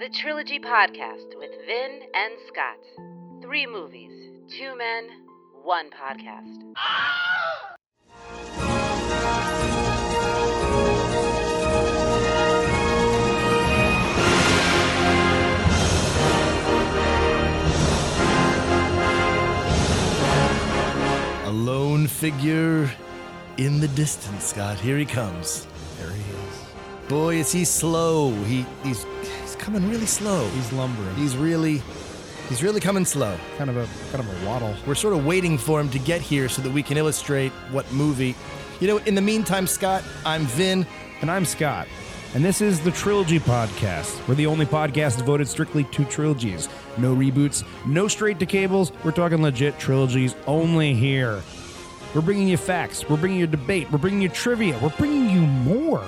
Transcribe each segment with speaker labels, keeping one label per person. Speaker 1: The Trilogy Podcast with Vin and Scott. Three movies, two men, one podcast.
Speaker 2: A lone figure in the distance, Scott. Here he comes.
Speaker 3: There he is.
Speaker 2: Boy, is he slow. He he's he's coming really slow. He's,
Speaker 3: He's lumbering.
Speaker 2: he's really he's really coming slow.
Speaker 3: kind of a kind of a waddle.
Speaker 2: We're sort of waiting for him to get here so that we can illustrate what movie. You know, in the meantime, Scott, I'm Vin.
Speaker 3: And I'm Scott. And this is the Trilogy Podcast. We're the only podcast devoted strictly to trilogies. No reboots, no straight to cables. We're talking legit trilogies only here. We're bringing you facts. We're bringing you debate. We're bringing you trivia. We're bringing you more.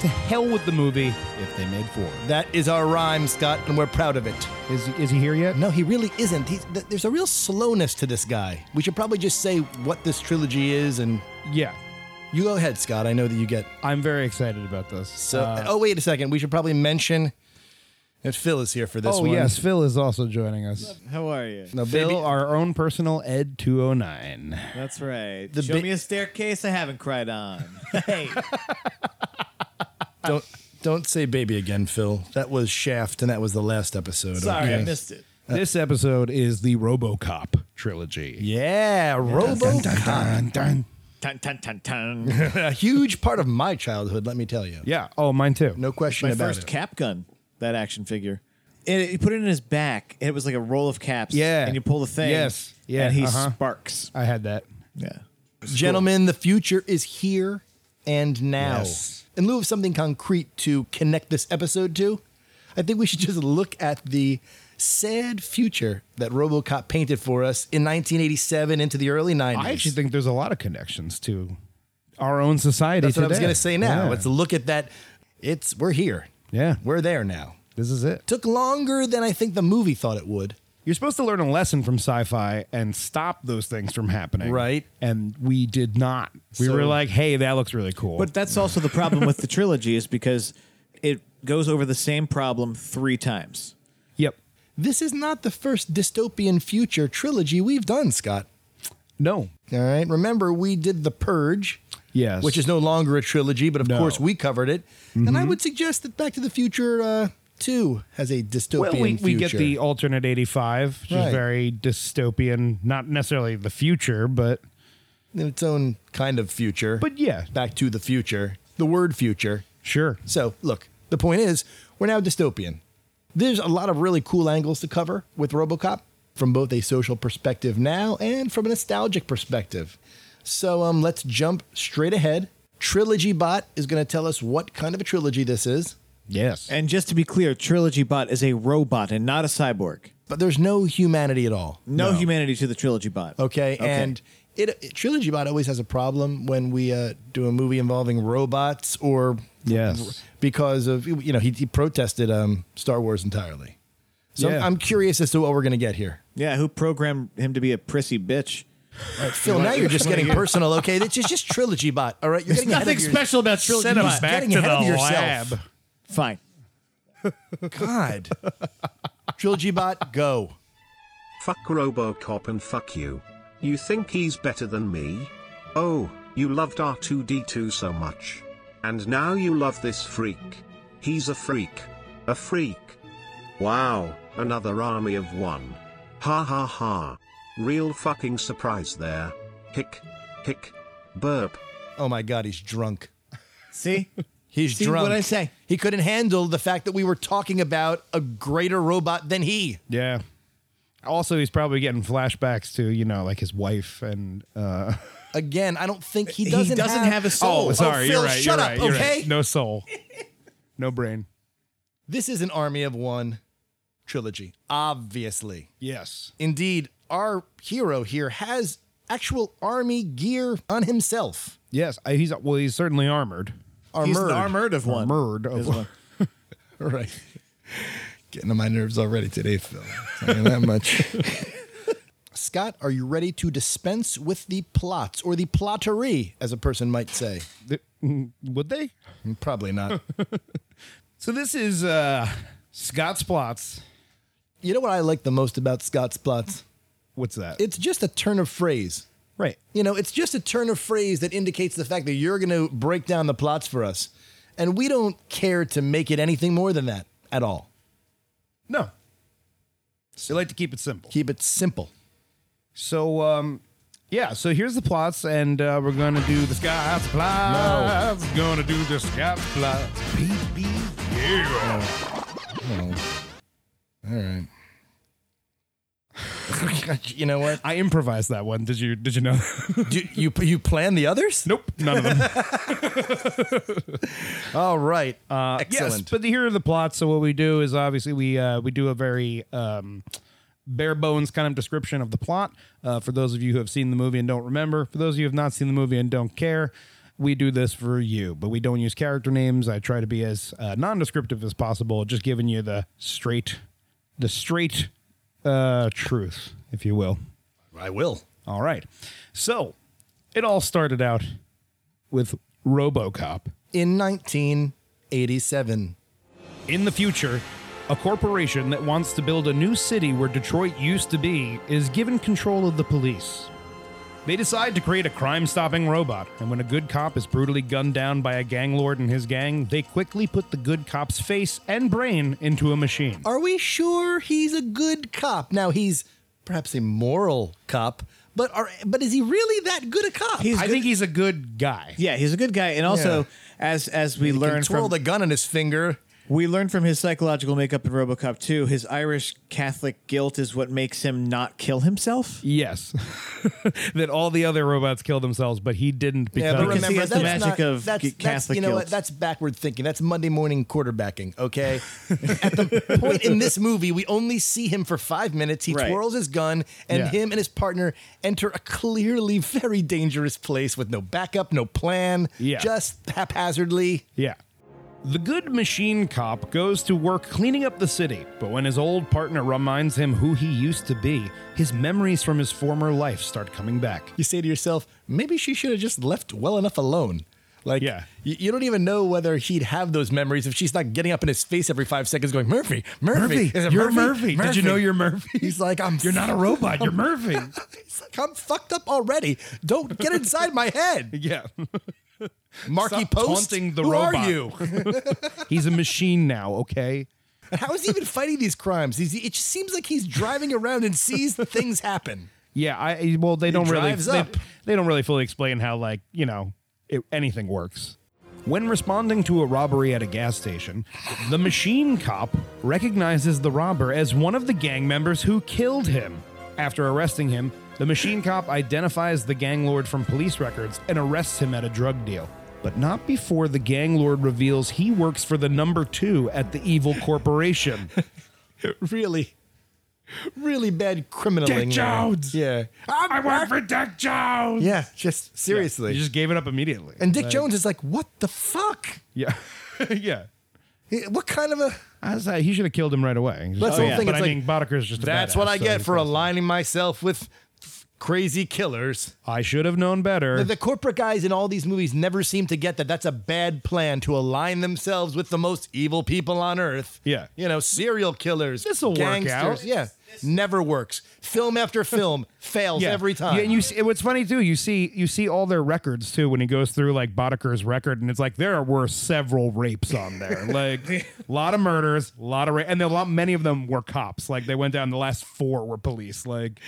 Speaker 3: To hell with the movie if they made four.
Speaker 2: That is our rhyme, Scott, and we're proud of it.
Speaker 3: Is, is he here yet?
Speaker 2: No, he really isn't. He's, th- there's a real slowness to this guy. We should probably just say what this trilogy is, and
Speaker 3: Yeah.
Speaker 2: you go ahead, Scott. I know that you get
Speaker 3: I'm very excited about this.
Speaker 2: So,
Speaker 3: Uh,
Speaker 2: oh wait a second. We should probably mention that Phil is here for this
Speaker 3: oh,
Speaker 2: one.
Speaker 3: yes. Phil is also joining us.
Speaker 4: How are you?
Speaker 2: no,
Speaker 3: Phil,
Speaker 2: baby,
Speaker 3: our own personal Ed 209.
Speaker 4: That's right.
Speaker 2: The
Speaker 4: Show
Speaker 2: bi-
Speaker 4: me a staircase I haven't cried on. hey,
Speaker 2: don't don't say baby again, Phil. That was Shaft, and that was the last episode.
Speaker 4: sorry, I
Speaker 2: okay?
Speaker 4: missed it.
Speaker 3: This episode is the RoboCop trilogy.
Speaker 2: Yeah, RoboCop.
Speaker 4: Dun, dun, dun, dun.
Speaker 2: A huge part of my childhood. Let me tell you.
Speaker 3: Yeah. Oh, mine too.
Speaker 2: No question
Speaker 4: My
Speaker 2: about
Speaker 4: first
Speaker 2: it.
Speaker 4: cap gun, that action figure. And he put it in his back. and It was like a roll of caps.
Speaker 3: Yeah.
Speaker 4: And you pull the thing.
Speaker 3: Yes. Yeah,
Speaker 4: And he
Speaker 3: uh-huh.
Speaker 4: sparks.
Speaker 3: I had that.
Speaker 4: Yeah.
Speaker 2: Gentlemen, the future is here and now.
Speaker 3: Yes.
Speaker 2: In lieu of something concrete to connect this episode to, I think we should just look at the sad future that RoboCop painted for us in 1987 into the early 90s.
Speaker 3: I actually think there's a lot of connections to our own society.
Speaker 2: That's what I was
Speaker 3: today.
Speaker 2: going to say now.
Speaker 3: Yeah.
Speaker 2: Let's look at that. It's we're here.
Speaker 3: Yeah.
Speaker 2: We're there now.
Speaker 3: this is it.
Speaker 2: Took longer than I think the movie thought it would.
Speaker 3: You're supposed to learn a lesson from sci-fi and stop those things from happening.
Speaker 2: Right.
Speaker 3: And we did not. We
Speaker 2: So-
Speaker 3: were like, hey, that looks really cool.
Speaker 4: But that's also the problem with the trilogy is because it goes over the same problem three times.
Speaker 3: yep.
Speaker 2: This is not the first dystopian future trilogy we've done, Scott.
Speaker 3: No.
Speaker 2: All right. Remember, we did The Purge.
Speaker 3: Yes.
Speaker 2: Which is no longer a trilogy, but of
Speaker 3: No. Mm-hmm.
Speaker 2: course we covered it. And I would suggest that Back to the Future uh, 2 has a dystopian
Speaker 3: Well, we, we get
Speaker 2: future.
Speaker 3: the alternate 85, which
Speaker 2: Right.
Speaker 3: is very dystopian, not necessarily the future, but
Speaker 2: in its own kind of future.
Speaker 3: But yeah.
Speaker 2: Back to the Future. The word future.
Speaker 3: sure.
Speaker 2: So, look, the point is, we're now dystopian. There's a lot of really cool angles to cover with RoboCop from both a social perspective now and from a nostalgic perspective. So, um, let's jump straight ahead. Trilogy Bot is going to tell us what kind of a trilogy this is,
Speaker 3: Yes.
Speaker 4: And just to be clear, Trilogy Bot is a robot and not a cyborg.
Speaker 2: but there's no humanity at all.
Speaker 4: No, humanity to the Trilogy Bot.
Speaker 2: Okay, and it, it Trilogy Bot always has a problem when we uh, do a movie involving robots or
Speaker 3: Yes.
Speaker 2: because of you know he, he protested um, Star Wars entirely. So I'm-
Speaker 3: Yeah.
Speaker 2: I'm curious as to what we're going to get here.
Speaker 4: Yeah, who programmed him to be a prissy bitch?
Speaker 2: Phil, now you're just getting personal, okay? It's just, just Trilogy Bot, all right? You're getting ahead of your-
Speaker 4: about
Speaker 2: Send him Bot. back getting to ahead the of yourself. lab.
Speaker 4: Fine.
Speaker 2: God. Trilogy Bot, go.
Speaker 5: Fuck Robocop and fuck you. You think he's better than me? Oh, you loved R2D2 so much. And now you love this freak. He's a freak. A freak. Wow, another army of one. Ha ha ha. Real fucking surprise there. Hick, hick, burp.
Speaker 2: Oh my God, he's drunk.
Speaker 4: See?
Speaker 2: He's
Speaker 4: See
Speaker 2: drunk.
Speaker 4: what I say.
Speaker 2: He couldn't handle the fact that we were talking about a greater robot than he.
Speaker 3: Yeah. Also, he's probably getting flashbacks to you know like his wife and uh,
Speaker 2: Again, I don't think he doesn't.
Speaker 4: he doesn't have, a soul.
Speaker 3: oh sorry
Speaker 2: Phil,
Speaker 3: you're right
Speaker 2: shut
Speaker 3: you're
Speaker 2: up,
Speaker 3: right, you're
Speaker 2: okay?
Speaker 3: right. no soul no brain
Speaker 2: This is an Army of One trilogy, obviously.
Speaker 3: yes
Speaker 2: Indeed, our hero here has actual army gear on himself.
Speaker 3: yes I, he's well he's certainly armored
Speaker 2: Armored.
Speaker 4: He's the armored of one.
Speaker 3: armored
Speaker 4: Is
Speaker 3: oh,
Speaker 4: one.
Speaker 2: Right. Getting on my nerves already today, Phil. Telling you that much. Scott, are you ready to dispense with the plots or the plottery, as a person might say?
Speaker 3: th- mm, would they
Speaker 2: Probably not.
Speaker 3: so this is uh Scott's plots.
Speaker 2: You know what I like the most about Scott's plots?
Speaker 3: What's that?
Speaker 2: It's just a turn of phrase.
Speaker 3: right.
Speaker 2: You know, it's just a turn of phrase that indicates the fact that you're going to break down the plots for us. And we don't care to make it anything more than that at all.
Speaker 3: No. So they like to keep it simple.
Speaker 2: Keep it simple.
Speaker 3: So, um, yeah, so here's the plots, and uh, we're going to do the Scott's plots. Going to do the Scott's plots. Baby, yeah.
Speaker 2: All right. you know what?
Speaker 3: I improvised that one. Did you Did you know?
Speaker 2: Do, you you plan the others?
Speaker 3: nope, none of them.
Speaker 2: All right. Uh,
Speaker 3: yes,
Speaker 2: Excellent.
Speaker 3: but here are the plots. So what we do is obviously we uh, we do a very um, bare bones kind of description of the plot. Uh, for those of you who have seen the movie and don't remember, for those of you who have not seen the movie and don't care, we do this for you. But we don't use character names. I try to be as uh, non-descriptive as possible, just giving you the straight, the straight uh, truth, if you will.
Speaker 2: I will.
Speaker 3: All right. So it all started out with RoboCop.
Speaker 2: In 1987.
Speaker 3: In the future, a corporation that wants to build a new city where Detroit used to be is given control of the police. They decide to create a crime stopping robot, and when a good cop is brutally gunned down by a gang lord and his gang, they quickly put the good cop's face and brain into a machine.
Speaker 2: Are we sure he's a good cop? Now he's perhaps a moral cop, but are but is he really that good a cop?
Speaker 4: He's
Speaker 3: I
Speaker 4: good-
Speaker 3: think he's a good guy.
Speaker 4: Yeah, he's a good guy, and also
Speaker 2: Yeah.
Speaker 4: as as we
Speaker 2: He can
Speaker 4: learn
Speaker 2: twirl
Speaker 4: from
Speaker 2: the gun on his finger.
Speaker 4: we learn from his psychological makeup in RoboCop 2, his Irish Catholic guilt is what makes him not kill himself.
Speaker 3: Yes. that all the other robots killed themselves, but he didn't because.
Speaker 4: but remember- he has the
Speaker 2: that's
Speaker 4: magic of
Speaker 2: that's,
Speaker 4: g-
Speaker 2: that's-
Speaker 4: Catholic
Speaker 2: You know what?
Speaker 4: guilt.
Speaker 2: That's backward thinking. That's Monday morning quarterbacking. Okay. At the point in this movie, we only see him for five minutes. He
Speaker 4: Right.
Speaker 2: twirls his gun, and
Speaker 3: Yeah.
Speaker 2: him and his partner enter a clearly very dangerous place with no backup, no plan,
Speaker 3: Yeah.
Speaker 2: just haphazardly.
Speaker 3: Yeah. The good machine cop goes to work cleaning up the city, but when his old partner reminds him who he used to be, his memories from his former life start coming back.
Speaker 2: you say to yourself, maybe she should have just left well enough alone. Like,
Speaker 3: Yeah.
Speaker 2: you, you don't even know whether he'd have those memories if she's not getting up in his face every five seconds going, Murphy, Murphy, is it
Speaker 3: Did you know you're Murphy?
Speaker 2: He's like, I'm
Speaker 3: You're not a robot, you're Murphy.
Speaker 2: He's like, I'm fucked up already. Don't get inside my head.
Speaker 3: yeah.
Speaker 2: Marky
Speaker 3: Stop
Speaker 2: Post,
Speaker 3: taunting the
Speaker 2: who
Speaker 3: robot.
Speaker 2: are you?
Speaker 3: He's a machine now, okay?
Speaker 2: How is he even fighting these crimes? He's, it just seems like he's driving around and sees things happen.
Speaker 3: Yeah, I eh, well they don't really
Speaker 2: drives
Speaker 3: they,
Speaker 2: up.
Speaker 3: they don't really fully explain how like, you know, it, anything works. When responding to a robbery at a gas station, the machine cop recognizes the robber as one of the gang members who killed him. After arresting him, the machine cop identifies the gang lord from police records and arrests him at a drug deal. But not before the gang lord reveals he works for the number two at the evil corporation.
Speaker 2: Really, really bad criminaling.
Speaker 3: Dick
Speaker 2: there.
Speaker 3: Jones!
Speaker 2: Yeah.
Speaker 3: I work for Dick Jones!
Speaker 2: Yeah, just seriously.
Speaker 3: You just gave it up immediately.
Speaker 2: And Dick Jones is like, what the fuck?
Speaker 3: Yeah. yeah.
Speaker 2: He- What kind of a.
Speaker 3: I was, uh, he should have killed him right away. He's
Speaker 2: That's
Speaker 3: just-
Speaker 2: the
Speaker 4: whole
Speaker 3: yeah.
Speaker 2: thing,
Speaker 3: But
Speaker 2: it's
Speaker 3: I
Speaker 2: like,
Speaker 3: mean, Boddicker is just a
Speaker 2: That's
Speaker 3: badass,
Speaker 2: what I
Speaker 3: so
Speaker 2: get
Speaker 3: he
Speaker 2: for
Speaker 3: does it.
Speaker 2: aligning myself with f- crazy killers.
Speaker 3: I should have known better.
Speaker 2: The, the corporate guys in all these movies never seem to get that that's a bad plan to align themselves with the most evil people on earth.
Speaker 3: Yeah.
Speaker 2: You know, serial killers.
Speaker 3: This'll work
Speaker 2: gangsters.
Speaker 3: out.
Speaker 2: Yeah. Never works. Film after film fails
Speaker 3: Yeah.
Speaker 2: every time.
Speaker 3: Yeah, and you see, what's funny too, you see you see all their records too when he goes through like Boddicker's record and it's like there were several rapes on there. Like a lot of murders, a lot of ra- and a lot many of them were cops. Like they went down the last four were police. Like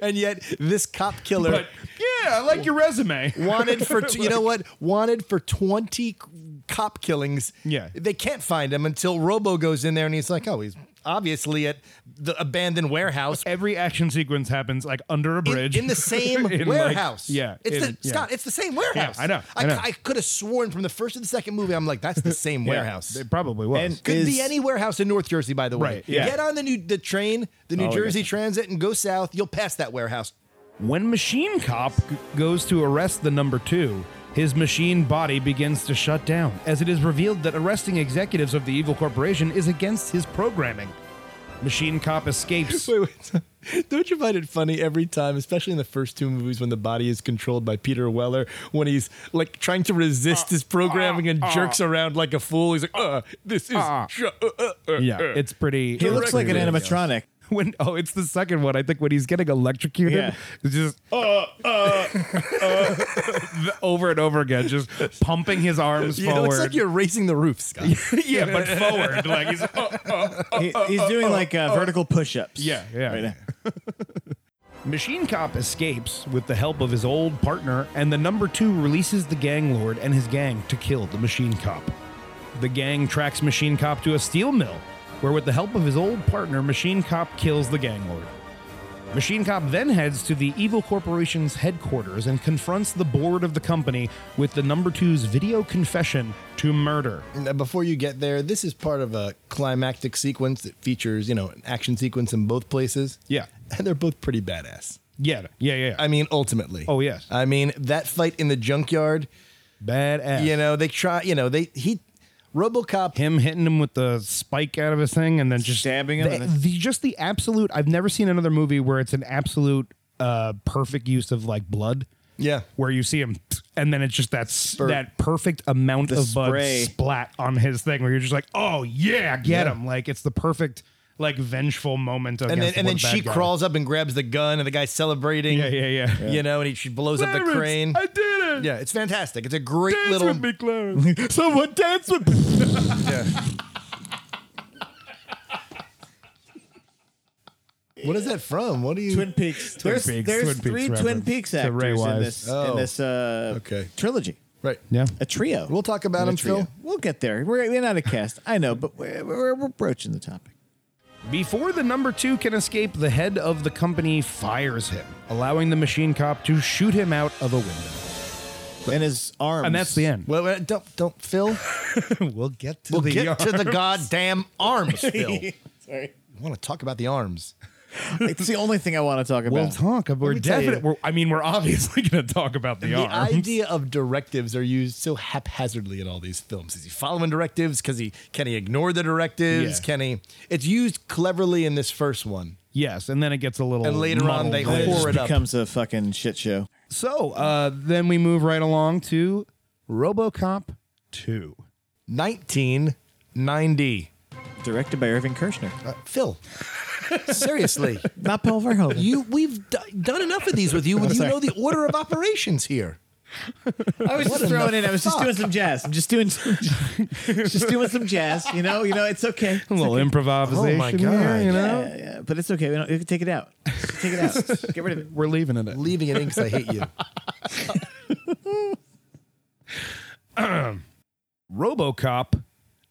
Speaker 2: and yet, this cop killer.
Speaker 3: but yeah, I like your resume.
Speaker 2: wanted for t- you know what wanted for 20 cop killings
Speaker 3: Yeah.
Speaker 2: they can't find him until robo goes in there and he's like oh he's obviously at the abandoned warehouse
Speaker 3: Every action sequence happens like under a
Speaker 2: in,
Speaker 3: bridge.
Speaker 2: in the same
Speaker 3: In, like-
Speaker 2: warehouse
Speaker 3: yeah.
Speaker 2: it's the
Speaker 3: in- yeah.
Speaker 2: scott it's the same warehouse
Speaker 3: I know, I know.
Speaker 2: could have sworn from the first to the second movie i'm like that's the same
Speaker 3: Yeah,
Speaker 2: warehouse
Speaker 3: It probably was.
Speaker 4: And-
Speaker 2: could
Speaker 4: is-
Speaker 2: be any warehouse in North Jersey, by the way.
Speaker 3: Right, yeah.
Speaker 2: Get on the new the train, the New
Speaker 3: Oh, I
Speaker 2: Jersey
Speaker 3: gotcha.
Speaker 2: Transit, and go south. You'll pass that warehouse.
Speaker 3: When Machine Cop g- goes to arrest the number two, his machine body begins to shut down as it is revealed that arresting executives of the evil corporation is against his programming. Machine Cop escapes.
Speaker 2: Wait, wait. Don't you find it funny every time, especially in the first two movies, when the body is controlled by Peter Weller, when he's like trying to resist his programming and jerks around like a fool? He's like, uh, this is. ju- uh, uh, uh,
Speaker 3: Yeah,
Speaker 2: uh."
Speaker 3: it's pretty.
Speaker 4: He looks like an
Speaker 3: Directly.
Speaker 4: animatronic.
Speaker 3: When oh, it's the second one. I think when he's getting electrocuted,
Speaker 4: Yeah.
Speaker 3: it's just uh, uh, uh, over and over again, just pumping his arms
Speaker 2: You know,
Speaker 3: forward.
Speaker 2: it's like you're racing the roof, Scott.
Speaker 3: yeah, but forward, like he's uh,
Speaker 4: He- he's doing like uh, vertical push-ups.
Speaker 3: Yeah, yeah.
Speaker 4: Right now.
Speaker 3: Machine Cop escapes with the help of his old partner, and the number two releases the gang lord and his gang to kill the Machine Cop. The gang tracks Machine Cop to a steel mill, where, with the help of his old partner, Machine Cop kills the gang lord. Machine Cop then heads to the evil corporation's headquarters and confronts the board of the company with the number two's video confession to murder.
Speaker 2: Now, uh, before you get there, this is part of a climactic sequence that features, you know, an action sequence in both places.
Speaker 3: Yeah.
Speaker 2: And they're both pretty badass.
Speaker 3: Yeah, yeah, yeah.
Speaker 2: I mean, ultimately.
Speaker 3: Oh, yes.
Speaker 2: I mean, that fight in the junkyard,
Speaker 3: Badass.
Speaker 2: you know, they try, you know, they, he, Robocop
Speaker 3: him hitting him with the spike out of his thing and then just
Speaker 4: Stabbing him
Speaker 3: The,
Speaker 4: and then-
Speaker 3: the- just the absolute. I've never seen another movie where it's an absolute uh, perfect use of like blood.
Speaker 2: Yeah.
Speaker 3: where you see him and then it's just that s that perfect amount
Speaker 4: The
Speaker 3: of blood
Speaker 4: spray.
Speaker 3: splat on his thing where you're just like, oh yeah, get
Speaker 2: Yeah.
Speaker 3: him! Like it's the perfect like vengeful moment.
Speaker 2: and then
Speaker 3: against
Speaker 2: and
Speaker 3: one
Speaker 2: then she
Speaker 3: bad guy.
Speaker 2: crawls up and grabs the gun, and the guy's celebrating.
Speaker 3: Yeah, yeah, yeah.
Speaker 2: You know, and he, she blows up the
Speaker 3: Clarence,
Speaker 2: crane.
Speaker 3: I did it.
Speaker 2: yeah, it's fantastic. It's a great
Speaker 3: Dance
Speaker 2: little.
Speaker 3: with me, Clarence. Someone dance with me.
Speaker 2: What is that from? What do you?
Speaker 4: Twin Peaks. there's
Speaker 3: Peaks,
Speaker 4: there's
Speaker 3: Twin Peaks
Speaker 4: three Twin
Speaker 3: reference.
Speaker 4: Peaks
Speaker 3: To Ray
Speaker 4: actors in
Speaker 3: Wise.
Speaker 4: this
Speaker 2: Oh.
Speaker 4: in this uh,
Speaker 2: Okay.
Speaker 4: trilogy.
Speaker 2: Right.
Speaker 3: Yeah.
Speaker 4: A trio.
Speaker 2: We'll talk about
Speaker 4: A
Speaker 2: them,
Speaker 4: trio.
Speaker 2: Phil.
Speaker 4: We'll get there. We're, we're not a cast. I know, but we're, we're, we're broaching the topic.
Speaker 3: Before the number two can escape, the head of the company fires him, allowing the machine cop to shoot him out of a window.
Speaker 4: and his arms.
Speaker 3: And that's the end.
Speaker 2: Well, well, don't don't Phil.
Speaker 3: we'll get to
Speaker 2: We'll get to the goddamn arms, Phil. I
Speaker 4: Sorry.
Speaker 2: want to talk about the arms.
Speaker 4: It's the only thing I want to talk about.
Speaker 3: We'll talk. about- We're
Speaker 4: me tell
Speaker 3: definitely.
Speaker 4: you.
Speaker 3: We're, I mean, we're obviously going to talk about the,
Speaker 2: The
Speaker 3: arms.
Speaker 2: idea of directives are used so haphazardly in all these films. Is he following directives? Because he can he ignore the directives?
Speaker 3: Yeah.
Speaker 2: Can he? It's used cleverly in this first one.
Speaker 3: Yes, and then it gets a little.
Speaker 2: And later on,
Speaker 3: muddled
Speaker 2: they
Speaker 3: with
Speaker 4: It
Speaker 3: it.
Speaker 2: whore
Speaker 4: just
Speaker 2: it up.
Speaker 4: becomes a fucking shit show.
Speaker 3: So uh, then we move right along to RoboCop two.
Speaker 2: 1990.
Speaker 4: Directed by Irving Kershner,
Speaker 2: Phil, seriously,
Speaker 4: not Paul Verhoeven.
Speaker 2: you we've d- done enough of these with you. You know the order of operations here.
Speaker 4: I was
Speaker 2: in
Speaker 4: just throwing
Speaker 2: the
Speaker 4: in. I was just
Speaker 2: fuck?
Speaker 4: doing some jazz. I'm just doing, some, just doing some jazz. You know, you know, it's okay.
Speaker 3: A little improvisation.
Speaker 2: Oh my
Speaker 3: Here,
Speaker 2: God.
Speaker 3: you know,
Speaker 4: Yeah, yeah, but it's okay. We don't. You can take it out. Just take it out. Get rid of it.
Speaker 3: we're leaving it. At.
Speaker 2: Leaving it in because I hate you.
Speaker 3: RoboCop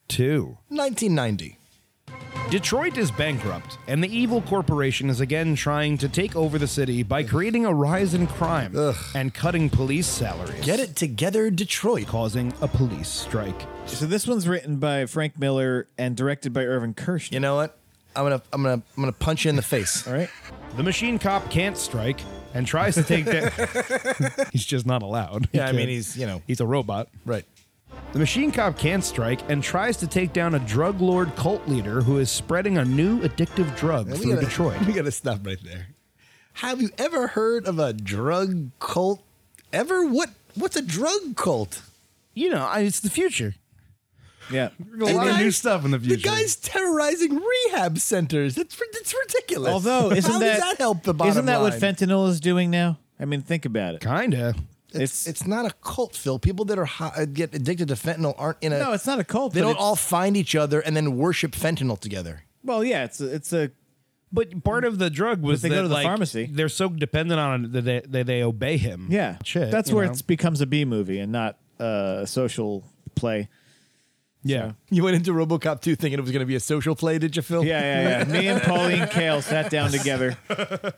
Speaker 3: two.
Speaker 2: 1990.
Speaker 3: Detroit is bankrupt, and the evil corporation is again trying to take over the city by creating a rise in crime
Speaker 2: Ugh.
Speaker 3: and cutting police salaries.
Speaker 2: Get it together, Detroit.
Speaker 3: Causing a police strike.
Speaker 4: So this one's written by Frank Miller and directed by Irving Kershner.
Speaker 2: You know what? I'm gonna I'm gonna I'm gonna punch you in the face.
Speaker 4: All right.
Speaker 3: The machine cop can't strike and tries to take down. he's just not allowed. He
Speaker 2: Yeah, I mean,
Speaker 3: can't.
Speaker 2: he's, you know.
Speaker 3: he's a robot.
Speaker 2: Right.
Speaker 3: The machine cop can't strike and tries to take down a drug lord cult leader who is spreading a new addictive drug
Speaker 2: We
Speaker 3: through
Speaker 2: gotta-
Speaker 3: Detroit.
Speaker 2: We gotta stop right there. Have you ever heard of a drug cult? Ever? What? What's a drug cult?
Speaker 3: You know, I, it's the future.
Speaker 4: Yeah.
Speaker 3: A lot of
Speaker 2: guy-
Speaker 3: new stuff in the future.
Speaker 2: The guy's terrorizing rehab centers. That's ri- that's ridiculous.
Speaker 4: Although, isn't
Speaker 2: How
Speaker 4: that,
Speaker 2: does that help the bottom
Speaker 4: Isn't that what
Speaker 2: line?
Speaker 4: fentanyl is doing now? I mean, think about it.
Speaker 3: kinda.
Speaker 2: It's, it's not a cult, Phil. People that are high, uh, get addicted to fentanyl aren't in a.
Speaker 4: No, it's not a cult,
Speaker 2: They
Speaker 4: but
Speaker 2: don't
Speaker 4: it's-
Speaker 2: all find each other and then worship fentanyl together.
Speaker 4: well, yeah. It's a, it's a
Speaker 3: But part of the drug was
Speaker 4: they
Speaker 3: that,
Speaker 4: go to the
Speaker 3: like,
Speaker 4: pharmacy.
Speaker 3: They're so dependent on it that they, that they obey him.
Speaker 4: yeah.
Speaker 3: Shit,
Speaker 4: That's
Speaker 3: you
Speaker 4: where
Speaker 3: know?
Speaker 4: it becomes a B movie and not uh, a social play.
Speaker 3: yeah.
Speaker 2: You went into RoboCop 2 thinking it was going to be a social play, did you, Phil?
Speaker 4: Yeah, yeah, yeah. Me and Pauline Kael sat down together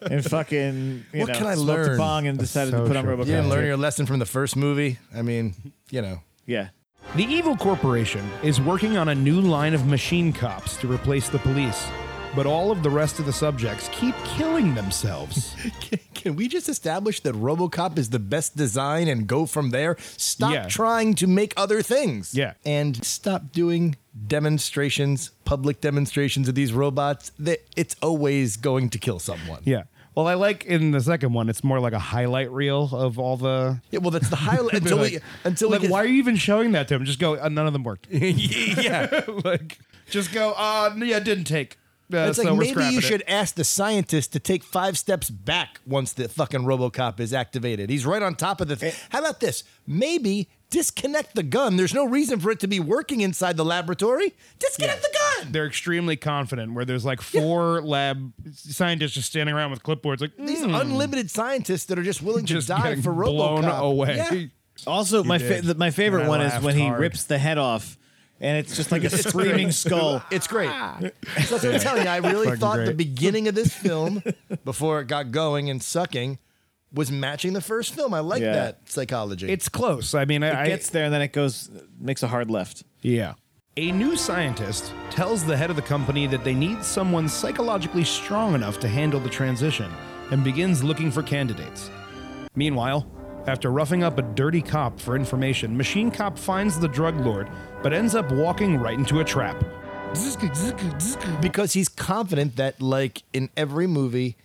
Speaker 4: and fucking you
Speaker 2: What
Speaker 4: know
Speaker 2: can I
Speaker 4: smoked
Speaker 2: learn?
Speaker 4: a bong and decided to put on
Speaker 3: social
Speaker 4: RoboCop.
Speaker 2: You didn't learn your lesson from the first movie. I mean, you know.
Speaker 4: yeah.
Speaker 3: The evil corporation is working on a new line of machine cops to replace the police, but all of the rest of the subjects keep killing themselves.
Speaker 2: Can, can we just establish that RoboCop is the best design and go from there? Stop
Speaker 3: Yeah.
Speaker 2: trying to make other things.
Speaker 3: Yeah.
Speaker 2: And stop doing demonstrations, public demonstrations of these robots, that it's always going to kill someone.
Speaker 3: Yeah. Well, I like in the second one, it's more like a highlight reel of all the.
Speaker 2: Yeah, well, that's the highlight until
Speaker 3: like,
Speaker 2: we until
Speaker 3: like,
Speaker 2: we get-
Speaker 3: why are you even showing that to him? Just go. Uh, none of them worked.
Speaker 2: yeah.
Speaker 3: like, just go. Uh, yeah, it didn't take. Uh,
Speaker 2: It's
Speaker 3: so
Speaker 2: like
Speaker 3: we're
Speaker 2: maybe
Speaker 3: scrapping
Speaker 2: you
Speaker 3: it.
Speaker 2: should ask the scientist to take five steps back once the fucking RoboCop is activated. He's right on top of the.
Speaker 3: Eh.
Speaker 2: Th- How about this? Maybe disconnect the gun. There's no reason for it to be working inside the laboratory. Disconnect the gun.
Speaker 3: They're extremely confident. Where there's like four lab scientists just standing around with clipboards, like
Speaker 2: These
Speaker 3: "Mm,"
Speaker 2: unlimited scientists that are just willing
Speaker 3: just
Speaker 2: to die
Speaker 3: getting
Speaker 2: for RoboCop.
Speaker 3: blown away.
Speaker 2: Yeah.
Speaker 4: Also, my fa-
Speaker 3: did.
Speaker 4: the, my favorite
Speaker 3: And I
Speaker 4: one is
Speaker 3: laughed
Speaker 4: when he
Speaker 3: hard.
Speaker 4: rips the head off, and it's just like a screaming skull.
Speaker 2: It's great. Ah. So that's what I'm telling you. I really
Speaker 3: Fucking
Speaker 2: thought the
Speaker 3: great.
Speaker 2: beginning of this film, before it got going and sucking, was matching the first film. I like
Speaker 4: Yeah.
Speaker 2: that psychology.
Speaker 3: It's close. I mean, I,
Speaker 4: It gets there and then it goes makes a hard left.
Speaker 3: Yeah. A new scientist tells the head of the company that they need someone psychologically strong enough to handle the transition and begins looking for candidates. Meanwhile, after roughing up a dirty cop for information, Machine Cop finds the drug lord but ends up walking right into a trap.
Speaker 2: because he's confident that like in every movie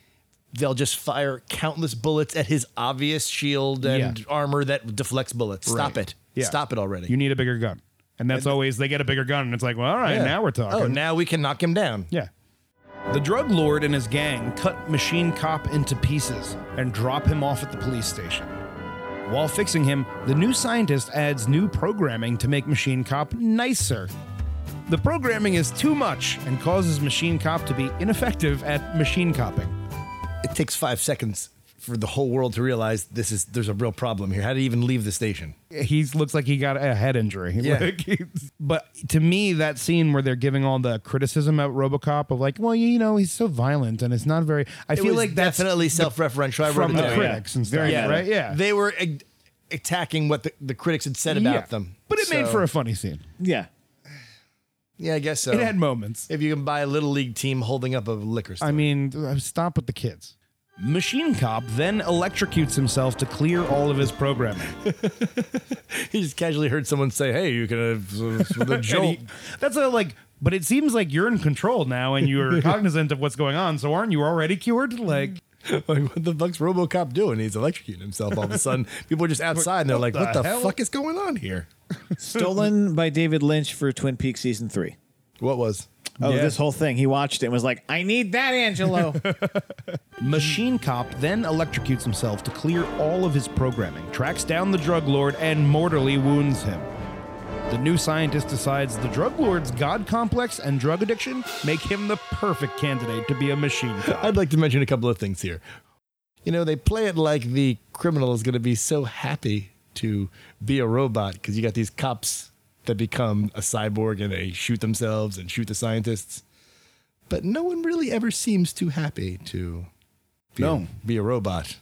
Speaker 2: they'll just fire countless bullets at his obvious shield and
Speaker 3: Yeah.
Speaker 2: armor that deflects bullets stop
Speaker 3: Right.
Speaker 2: it
Speaker 3: Yeah.
Speaker 2: stop it already
Speaker 3: You need a bigger gun. And that's always, they get a bigger gun, and it's like, well, all right,
Speaker 2: Yeah.
Speaker 3: now we're talking.
Speaker 2: oh now we can knock him down
Speaker 3: Yeah. The drug lord and his gang cut Machine Cop into pieces and drop him off at the police station. While fixing him, the new scientist adds new programming to make Machine Cop nicer. The programming is too much and causes Machine Cop to be ineffective at machine copping.
Speaker 2: it takes five seconds for the whole world to realize this is there's a real problem here how did he even leave the station
Speaker 3: he looks like he got a head injury.
Speaker 2: Yeah.
Speaker 3: Like, he's- but to me, that scene where they're giving all the criticism at RoboCop of like, well, you know, he's so violent and it's not very. I
Speaker 2: it
Speaker 3: feel
Speaker 2: was
Speaker 3: like that's
Speaker 2: definitely self-referential I wrote
Speaker 3: from
Speaker 2: it
Speaker 3: the
Speaker 2: down.
Speaker 3: critics and stuff,
Speaker 4: Very good.
Speaker 3: right? Yeah,
Speaker 2: they were ag- attacking what the, the critics had said about
Speaker 3: Yeah.
Speaker 2: them
Speaker 3: But it made
Speaker 2: So-
Speaker 3: for a funny scene.
Speaker 4: Yeah.
Speaker 2: yeah i guess so
Speaker 3: It had moments.
Speaker 2: if you can buy a little league team holding up a liquor store
Speaker 3: I mean, uh, stop with the kids. Machine Cop then electrocutes himself to clear all of his programming.
Speaker 2: He just casually heard someone say, "Hey, you can have uh, the
Speaker 3: And
Speaker 2: jolt."
Speaker 3: he- that's a, like, but it seems like you're in control now and you're cognizant of what's going on. So aren't you already cured? Like,
Speaker 2: like, what the fuck's RoboCop doing? He's electrocuting himself. All of a sudden, people are just outside and they're like, "What the,
Speaker 3: hell?"
Speaker 2: fuck is going on here?"
Speaker 4: Stolen by David Lynch for Twin Peaks season three.
Speaker 2: What was?
Speaker 4: Oh,
Speaker 3: Yeah.
Speaker 4: this whole thing. He watched it and was like, I need that, Angelo.
Speaker 3: Machine Cop then electrocutes himself to clear all of his programming, tracks down the drug lord, and mortally wounds him. The new scientist decides the drug lord's god complex and drug addiction make him the perfect candidate to be a machine cop.
Speaker 2: I'd like to mention a couple of things here. You know, they play it like the criminal is going to be so happy to be a robot because you got these cops that become a cyborg and they shoot themselves and shoot the scientists. But no one really ever seems too happy to be,
Speaker 3: No.
Speaker 2: be a robot.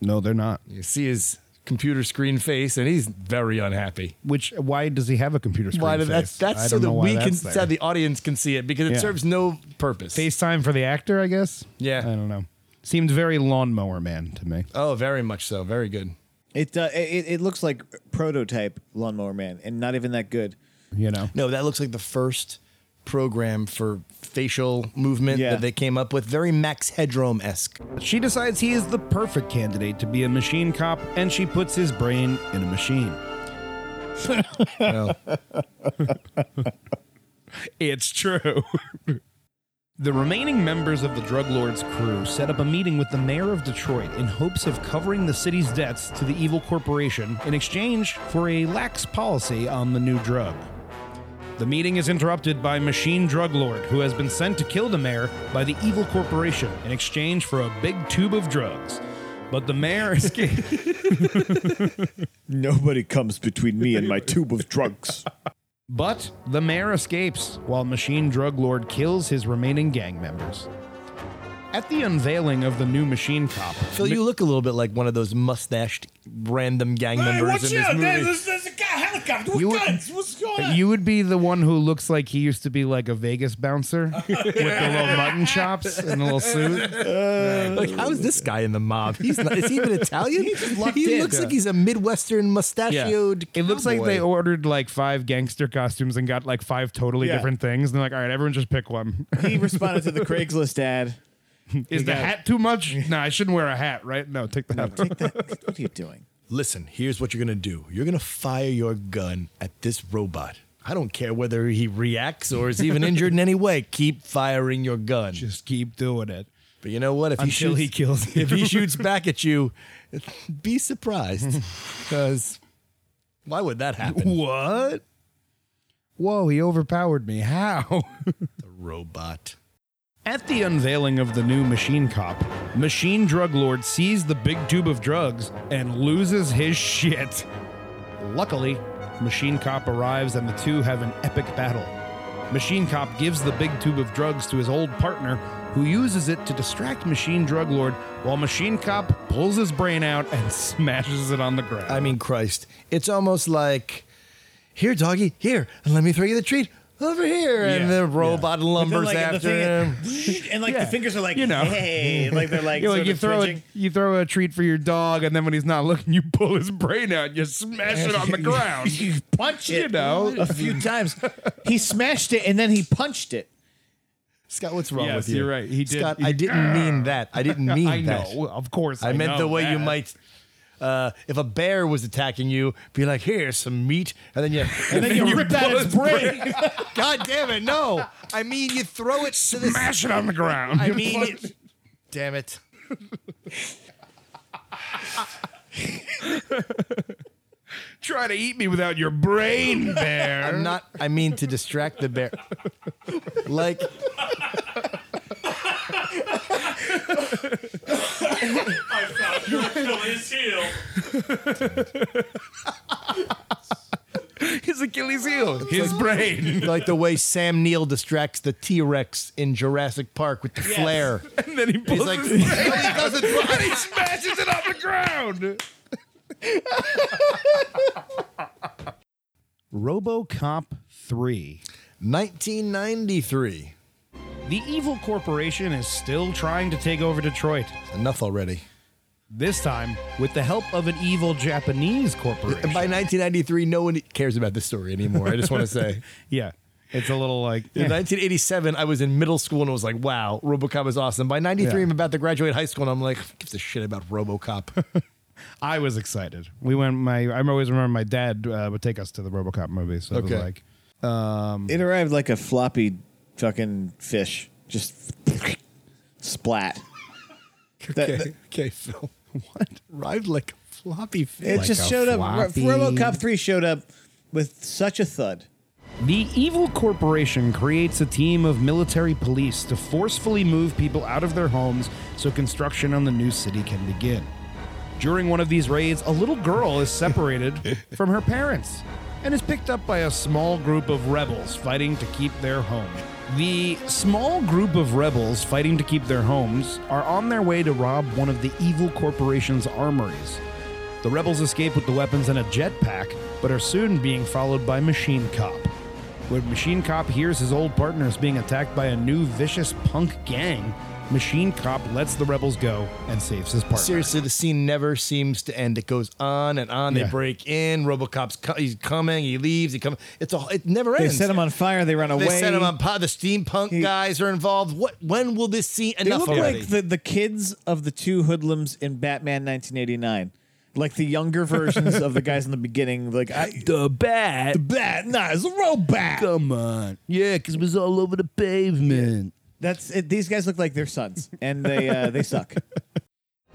Speaker 3: No, they're not.
Speaker 2: You see his computer screen face, and he's very unhappy.
Speaker 3: Which why does he have a computer screen?
Speaker 2: Why
Speaker 3: face?
Speaker 2: did that's
Speaker 3: I
Speaker 2: that's so
Speaker 3: don't
Speaker 2: that
Speaker 3: know why
Speaker 2: we can
Speaker 3: that's
Speaker 2: so
Speaker 3: there.
Speaker 2: the audience can see it because it
Speaker 3: Yeah.
Speaker 2: serves no purpose.
Speaker 3: FaceTime for the actor, I guess.
Speaker 2: Yeah.
Speaker 3: I don't know. Seemed very lawnmower man to me.
Speaker 2: Oh, very much so. Very good.
Speaker 4: it, uh, it it looks like prototype Lawnmower Man and not even that good.
Speaker 3: You know.
Speaker 2: No, that looks like the first program for facial movement
Speaker 4: Yeah.
Speaker 2: that they came up with. Very Max Headroom esque.
Speaker 3: She decides he is the perfect candidate to be a machine cop, and she puts his brain in a machine. it's true. the remaining members of the drug lord's crew set up a meeting with the mayor of Detroit in hopes of covering the city's debts to the evil corporation in exchange for a lax policy on the new drug. The meeting is interrupted by Machine Drug Lord, who has been sent to kill the mayor by the evil corporation in exchange for a big tube of drugs. But the mayor escapes.
Speaker 4: Nobody comes between me and my tube of drugs.
Speaker 3: but the mayor escapes while Machine Drug Lord kills his remaining gang members. At the unveiling of the new Machine Cop,
Speaker 2: Phil, you look a little bit like one of those mustached random gang members in this movie.
Speaker 6: there's, there's a guy helicopter with
Speaker 3: You were-
Speaker 6: guns. What's going
Speaker 3: You would be the one who looks like he used to be like a Vegas bouncer with the little mutton chops and the little suit.
Speaker 2: Like, how is this guy in the mob? He's not, is he even Italian? he
Speaker 3: in.
Speaker 2: looks
Speaker 3: Yeah.
Speaker 2: like he's a Midwestern mustachioed.
Speaker 3: It looks like they
Speaker 2: cowboy.
Speaker 3: ordered like five gangster costumes and got like five totally
Speaker 4: Yeah.
Speaker 3: different things. And they're like, all right, everyone just pick one.
Speaker 4: He responded to the Craigslist ad.
Speaker 3: Is the
Speaker 4: got it.
Speaker 3: hat too much? no, I shouldn't wear a hat, right? No, take the hat.
Speaker 4: Take that. What are you doing?
Speaker 2: Listen, here's what you're going to do. You're going to fire your gun at this robot. I don't care whether he reacts or is even injured in any way. Keep firing your gun.
Speaker 3: just keep doing it.
Speaker 2: But you know what? If
Speaker 3: Until
Speaker 2: he, shoots,
Speaker 3: he kills you.
Speaker 2: if he shoots back at you, be surprised because why would that happen?
Speaker 3: What? Whoa, he overpowered me. How?
Speaker 2: The robot.
Speaker 3: At the unveiling of the new Machine Cop, Machine Drug Lord sees the big tube of drugs and loses his shit. Luckily, Machine Cop arrives and the two have an epic battle. Machine Cop gives the big tube of drugs to his old partner, who uses it to distract Machine Drug Lord while Machine Cop pulls his brain out and smashes it on the ground.
Speaker 2: I mean, Christ. It's almost like here, doggy, here, and let me throw you the treat over here,
Speaker 3: Yeah,
Speaker 2: and the robot lumbers
Speaker 4: But then, like,
Speaker 2: after
Speaker 4: the
Speaker 2: him.
Speaker 4: thing- And like
Speaker 3: Yeah.
Speaker 4: the fingers are like,
Speaker 3: You
Speaker 4: you
Speaker 3: know.
Speaker 4: know, hey, like they're like,
Speaker 3: Yeah, like
Speaker 4: sort
Speaker 3: you
Speaker 4: of
Speaker 3: throw
Speaker 4: twinging.
Speaker 3: a, you throw a treat for your dog, and then when he's not looking, you pull his brain out, and you smash it on the ground.
Speaker 4: you punch it,
Speaker 3: You know.
Speaker 4: a few times. He smashed it and then he punched it.
Speaker 2: Scott, what's wrong
Speaker 3: Yes,
Speaker 2: with you?
Speaker 3: you're right. He did-
Speaker 2: Scott,
Speaker 3: he-
Speaker 2: I didn't mean that. I didn't mean
Speaker 3: I
Speaker 2: that.
Speaker 3: know, of course.
Speaker 2: I,
Speaker 3: I,
Speaker 2: meant
Speaker 3: know
Speaker 2: the way you
Speaker 3: that.
Speaker 2: might. Uh, if a bear was attacking you, be like, "Here's some meat," and then you, and
Speaker 4: Then you ripped out
Speaker 3: pull
Speaker 4: his
Speaker 3: his
Speaker 4: brain.
Speaker 2: God damn it! No, I mean you throw it to the
Speaker 3: smash it on the ground.
Speaker 2: I mean, it- damn it.
Speaker 3: try to eat me without your brain,
Speaker 2: I'm
Speaker 3: bear.
Speaker 2: not. I mean to distract the bear. Like,
Speaker 6: I thought you were killing his heel.
Speaker 3: His Achilles heel, his brain,
Speaker 2: like the way Sam Neill distracts the T Rex in Jurassic Park with the flare.
Speaker 3: and then he pulls
Speaker 2: like-
Speaker 3: his brain out, he doesn't try, he smashes it on the ground. RoboCop three.
Speaker 2: 1993.
Speaker 3: The evil corporation is still trying to take over Detroit,
Speaker 2: Enough already.
Speaker 3: this time with the help of an evil Japanese corporation.
Speaker 2: By 1993, no one cares about this story anymore. I just want to say.
Speaker 3: yeah, it's a little like
Speaker 2: In 1987, I was in middle school and was like, wow, Robocop is awesome. By 93,
Speaker 3: Yeah.
Speaker 2: I'm about to graduate high school and I'm like, who gives a shit about Robocop?
Speaker 3: I was excited. We went. My I always remember my dad uh, would take us to the RoboCop movie. So it
Speaker 2: Okay.
Speaker 3: was like
Speaker 4: It arrived like a floppy fucking fish. Just splat. That- that-
Speaker 2: okay, Phil. What? Arrived like a floppy fish.
Speaker 4: it
Speaker 3: Like a
Speaker 4: just showed up. Ro-
Speaker 3: floppy-
Speaker 4: RoboCop 3 showed up with such a thud.
Speaker 3: the evil corporation creates a team of military police to forcefully move people out of their homes so construction on the new city can begin. During one of these raids, a little girl is separated from her parents and is picked up by a small group of rebels fighting to keep their home. The small group of rebels fighting to keep their homes are on their way to rob one of the evil corporation's armories. The rebels escape with the weapons and a jetpack, but are soon being followed by Machine Cop. When Machine Cop hears his old partner is being attacked by a new vicious punk gang, Machine Cop lets the rebels go and saves his partner.
Speaker 2: Seriously, the scene never seems to end. It goes on and on.
Speaker 3: Yeah.
Speaker 2: They break in. Robocop's co- he's coming. He leaves. He comes. It's all. It never
Speaker 4: They
Speaker 2: ends.
Speaker 4: set him on fire. They run away.
Speaker 2: They set him on. po- The steampunk guys are involved. What? When will this scene?
Speaker 4: They
Speaker 2: Enough
Speaker 4: look
Speaker 2: already.
Speaker 4: like the, the kids of the two hoodlums in Batman 1989. Like the younger versions of the guys in the beginning. Like, I,
Speaker 3: the bat.
Speaker 4: bat, nah, it's a robot.
Speaker 3: Come on. Yeah, because it was all over the pavement.
Speaker 4: That's it. These guys look like their sons, and they uh, they suck.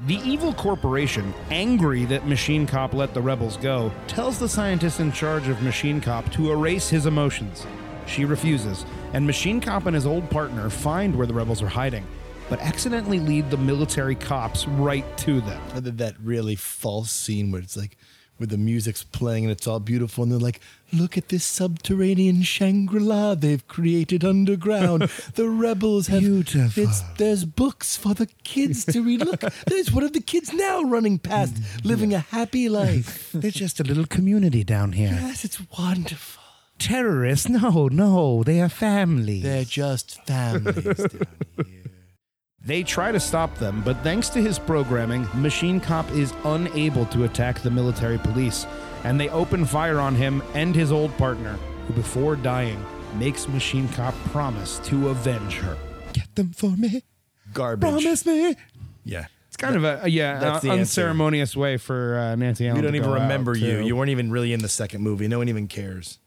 Speaker 3: The evil corporation, angry that Machine Cop let the rebels go, tells the scientist in charge of Machine Cop to erase his emotions. She refuses, and Machine Cop and his old partner find where the rebels are hiding, but accidentally lead the military cops right to them.
Speaker 2: Other than that really false scene where it's like where the music's playing and it's all beautiful and they're like look at this subterranean shangri-la they've created underground the rebels have
Speaker 3: Beautiful.
Speaker 2: it's there's books for the kids to read look there's one of the kids now running past living a happy life
Speaker 3: There's just a little community down here.
Speaker 2: yes it's wonderful
Speaker 3: terrorists. No, no, they are families.
Speaker 2: They're just families down here.
Speaker 3: They try to stop them, but thanks to his programming, Machine Cop is unable to attack the military police, and they open fire on him and his old partner, who before dying makes Machine Cop promise to avenge her. Get them for me.
Speaker 2: Garbage.
Speaker 3: Promise me.
Speaker 2: Yeah.
Speaker 3: It's kind of a yeah,
Speaker 2: That's the
Speaker 3: uh,
Speaker 2: answer.
Speaker 3: unceremonious way for uh, Nancy Allen.
Speaker 2: We don't
Speaker 3: to
Speaker 2: even
Speaker 3: go out,
Speaker 2: remember you.
Speaker 3: too.
Speaker 2: You weren't even really in the second movie. No one even cares.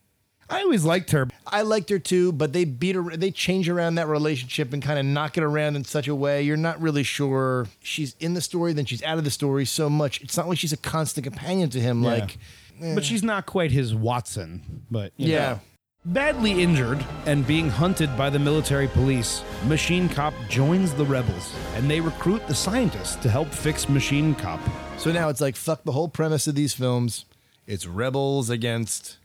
Speaker 3: I always liked her.
Speaker 2: I liked her too, but they beat her. They change around that relationship and kind of knock it around in such a way you're not really sure she's in the story, then she's out of the story so much. It's not like she's a constant companion to him. Like,
Speaker 3: But she's not quite his Watson. But you
Speaker 2: yeah,
Speaker 3: know. Badly injured and being hunted by the military police, Machine Cop joins the rebels and they recruit the scientists to help fix Machine Cop.
Speaker 2: So now it's like fuck the whole premise of these films. It's rebels against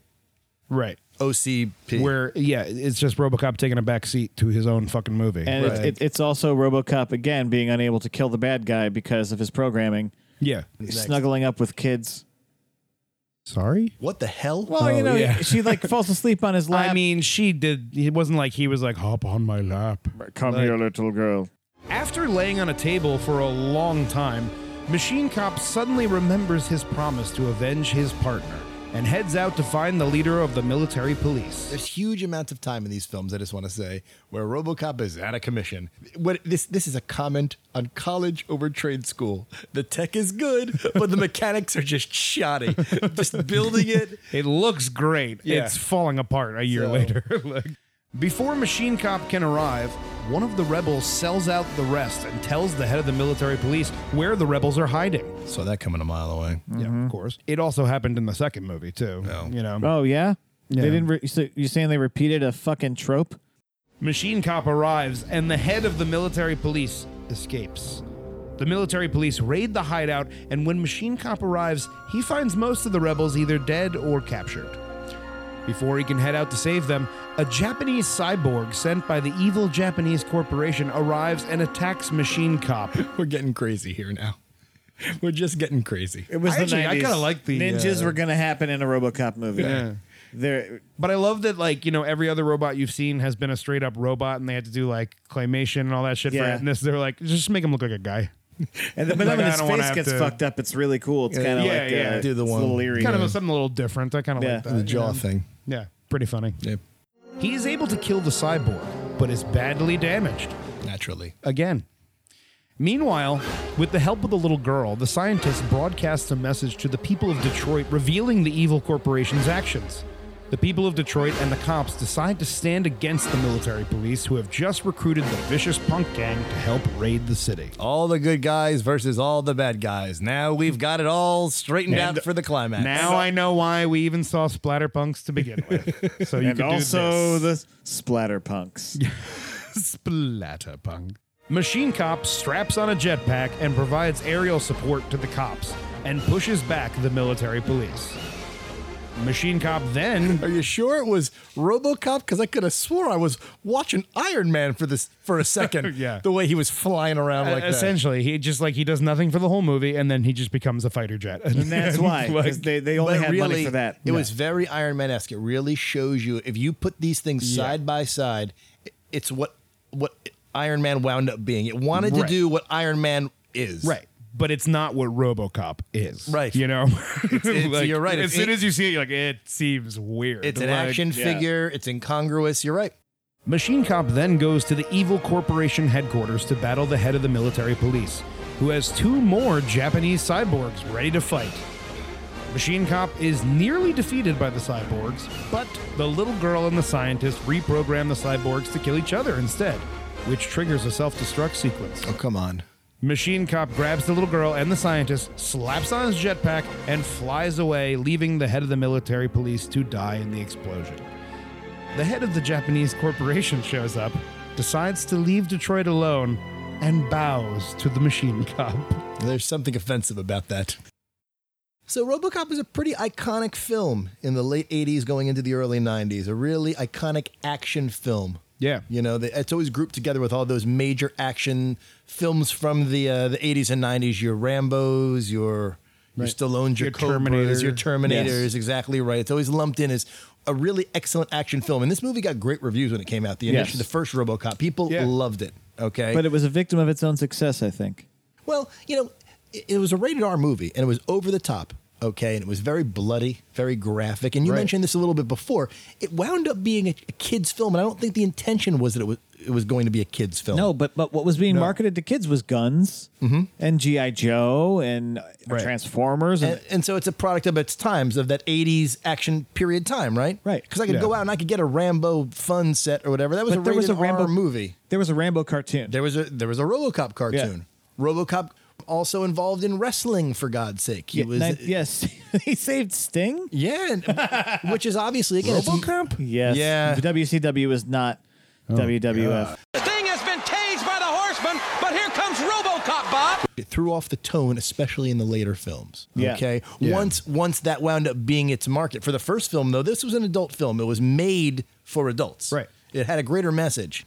Speaker 3: Right.
Speaker 2: OCP.
Speaker 3: Where, yeah, it's just Robocop taking a back seat to his own fucking movie.
Speaker 4: And
Speaker 2: Right.
Speaker 4: it, it, it's also RoboCop again being unable to kill the bad guy because of his programming,
Speaker 3: yeah.
Speaker 4: snuggling up with kids.
Speaker 3: Sorry?
Speaker 2: what the hell?
Speaker 4: Well, you know,
Speaker 3: yeah.
Speaker 4: she like falls asleep on his lap.
Speaker 3: I mean, she did. It wasn't like he was like, hop on my lap.
Speaker 4: come here, little girl.
Speaker 3: After laying on a table for a long time, Machine Cop suddenly remembers his promise to avenge his partner and heads out to find the leader of the military police.
Speaker 2: There's huge amounts of time in these films. I just want to say where RoboCop is out of commission. What this this is a comment on college over trade school. The tech is good, but the mechanics are just shoddy. just building it.
Speaker 3: It looks great.
Speaker 2: Yeah.
Speaker 3: It's falling apart a year
Speaker 2: So-
Speaker 3: later. Like- Before Machine Cop can arrive, one of the rebels sells out the rest and tells the head of the military police where the rebels are hiding.
Speaker 2: Saw that coming a mile away.
Speaker 3: Yeah, of course. It also happened in the second movie too.
Speaker 2: No.
Speaker 3: You know,
Speaker 4: Oh yeah,
Speaker 3: Yeah.
Speaker 4: they didn't. Re- so you're saying they repeated a fucking trope?
Speaker 3: Machine Cop arrives and the head of the military police escapes. The military police raid the hideout, and when Machine Cop arrives, he finds most of the rebels either dead or captured. Before he can head out to save them, a Japanese cyborg sent by the evil Japanese corporation arrives and attacks Machine Cop.
Speaker 2: We're getting crazy here now. We're just getting crazy.
Speaker 4: It was
Speaker 3: I actually- I kinda like the,
Speaker 4: ninjas
Speaker 3: uh,
Speaker 4: were gonna happen in a RoboCop movie.
Speaker 3: Yeah.
Speaker 4: They're
Speaker 3: But I love that, like, you know, every other robot you've seen has been a straight up robot, and they had to do like claymation and all that shit for
Speaker 4: Yeah.
Speaker 3: it. And this, they're like, just make him look like a guy.
Speaker 4: and then, but
Speaker 3: Like,
Speaker 4: then when
Speaker 3: I
Speaker 4: his
Speaker 3: don't wanna
Speaker 4: face
Speaker 3: have
Speaker 4: gets
Speaker 3: to-
Speaker 4: fucked up, it's really cool. It's kind of
Speaker 3: Yeah,
Speaker 4: like
Speaker 3: yeah.
Speaker 4: uh,
Speaker 2: Do the
Speaker 4: it's a
Speaker 2: one.
Speaker 4: little eerie.
Speaker 3: Kind of something a little different. I kind of
Speaker 4: Yeah.
Speaker 3: like that.
Speaker 2: The
Speaker 3: you
Speaker 2: jaw
Speaker 3: know?
Speaker 2: thing.
Speaker 3: Yeah, pretty funny.
Speaker 2: Yep.
Speaker 3: He is able to kill the cyborg, but is badly damaged
Speaker 2: Naturally.
Speaker 3: again. Meanwhile, with the help of the little girl, the scientist broadcasts a message to the people of Detroit revealing the evil corporation's actions. The people of Detroit and the cops decide to stand against the military police who have just recruited the vicious punk gang to help raid the city.
Speaker 2: All the good guys versus all the bad guys. Now we've got it all straightened
Speaker 3: And
Speaker 2: out for the climax.
Speaker 3: Now I know why we even saw Splatterpunks to begin with. So you
Speaker 4: and
Speaker 3: could do
Speaker 4: also
Speaker 3: this.
Speaker 4: the splatter punks.
Speaker 3: Splatterpunk. Machine Cop straps on a jetpack and provides aerial support to the cops and pushes back the military police. Machine Cop then.
Speaker 2: Are you sure it was RoboCop? Because I could have swore I was watching Iron Man for this for a second.
Speaker 3: Yeah.
Speaker 2: the way he was flying around like that.
Speaker 3: essentially, he just like he does nothing for the whole movie, and then he just becomes a fighter jet.
Speaker 4: And that's why 'cause they they only
Speaker 2: But
Speaker 4: had
Speaker 2: really,
Speaker 4: money for that.
Speaker 2: It was very Iron Man esque. It really shows you if you put these things side by side, i- it's what what Iron Man wound up being. It wanted to
Speaker 3: Right.
Speaker 2: do what Iron Man is.
Speaker 3: right, but it's not what RoboCop is.
Speaker 2: Right.
Speaker 3: you know,
Speaker 2: it's- you're right.
Speaker 3: As
Speaker 2: It's-
Speaker 3: soon
Speaker 2: it-
Speaker 3: as you see it, you're like it seems weird.
Speaker 2: It's an
Speaker 3: Like-
Speaker 2: action
Speaker 4: yeah.
Speaker 2: figure. It's incongruous. You're right.
Speaker 3: Machine Cop then goes to the evil corporation headquarters to battle the head of the military police, who has two more Japanese cyborgs ready to fight. Machine Cop is nearly defeated by the cyborgs, but the little girl and the scientist reprogram the cyborgs to kill each other instead, which triggers a self destruct sequence.
Speaker 2: Oh come on.
Speaker 3: Machine Cop grabs the little girl and the scientist, slaps on his jetpack, and flies away, leaving the head of the military police to die in the explosion. The head of the Japanese corporation shows up, decides to leave Detroit alone, and bows to the Machine Cop.
Speaker 2: There's something offensive about that. So, Robocop is a pretty iconic film in the late 80s going into the early 90s, a really iconic action film.
Speaker 3: Yeah.
Speaker 2: You know, they- it's always grouped together with all those major action films from the uh, the 80s and 90s. Your Rambo's, your your Stallone, your,
Speaker 3: Your
Speaker 2: Cobras,
Speaker 3: Terminator.
Speaker 2: your Terminators.
Speaker 4: Yes.
Speaker 2: Exactly right. It's always lumped in as a really excellent action film, and this movie got great reviews when it came out. The initial,
Speaker 4: Yes.
Speaker 2: the first RoboCop, people
Speaker 3: Yeah.
Speaker 2: loved it. Okay,
Speaker 4: But it was a victim of its own success, I think.
Speaker 2: Well, you know, it, it was a rated R movie and it was over the top, okay? And it was very bloody, very graphic. And you
Speaker 3: Right.
Speaker 2: mentioned this a little bit before. It wound up being a, a kid's film, and I don't think the intention was that it was it was going to be a kid's film.
Speaker 4: No, but but what was being marketed to kids was guns
Speaker 3: Mm-hmm.
Speaker 4: and GI Joe and uh,
Speaker 2: Right.
Speaker 4: Transformers and,
Speaker 2: And, and so it's a product of its times, of that 80s action period time, right?
Speaker 4: Right.
Speaker 2: Because I could
Speaker 3: Yeah.
Speaker 2: go out and I could get a Rambo fun set or whatever. That was
Speaker 4: But
Speaker 2: a
Speaker 4: there
Speaker 2: rated
Speaker 4: was a
Speaker 2: R
Speaker 4: Rambo-
Speaker 2: movie.
Speaker 4: there was a Rambo cartoon.
Speaker 2: There was a there was a RoboCop cartoon. RoboCop also involved in wrestling for God's sake. He
Speaker 4: Yeah,
Speaker 2: was
Speaker 4: nine- yes, he saved Sting.
Speaker 2: yeah, and- which is obviously again it's-
Speaker 4: Yes.
Speaker 2: Yeah.
Speaker 4: The WCW is not
Speaker 3: Oh,
Speaker 4: WWF.
Speaker 7: Sting has been tased by the horseman, but here comes Robocop, Bob.
Speaker 2: it threw off the tone, especially in the later films.
Speaker 4: Yeah.
Speaker 2: Okay.
Speaker 3: Yeah.
Speaker 2: Once once that wound up being its market. For the first film, though, this was an adult film. It was made for adults.
Speaker 3: Right.
Speaker 2: It had a greater message.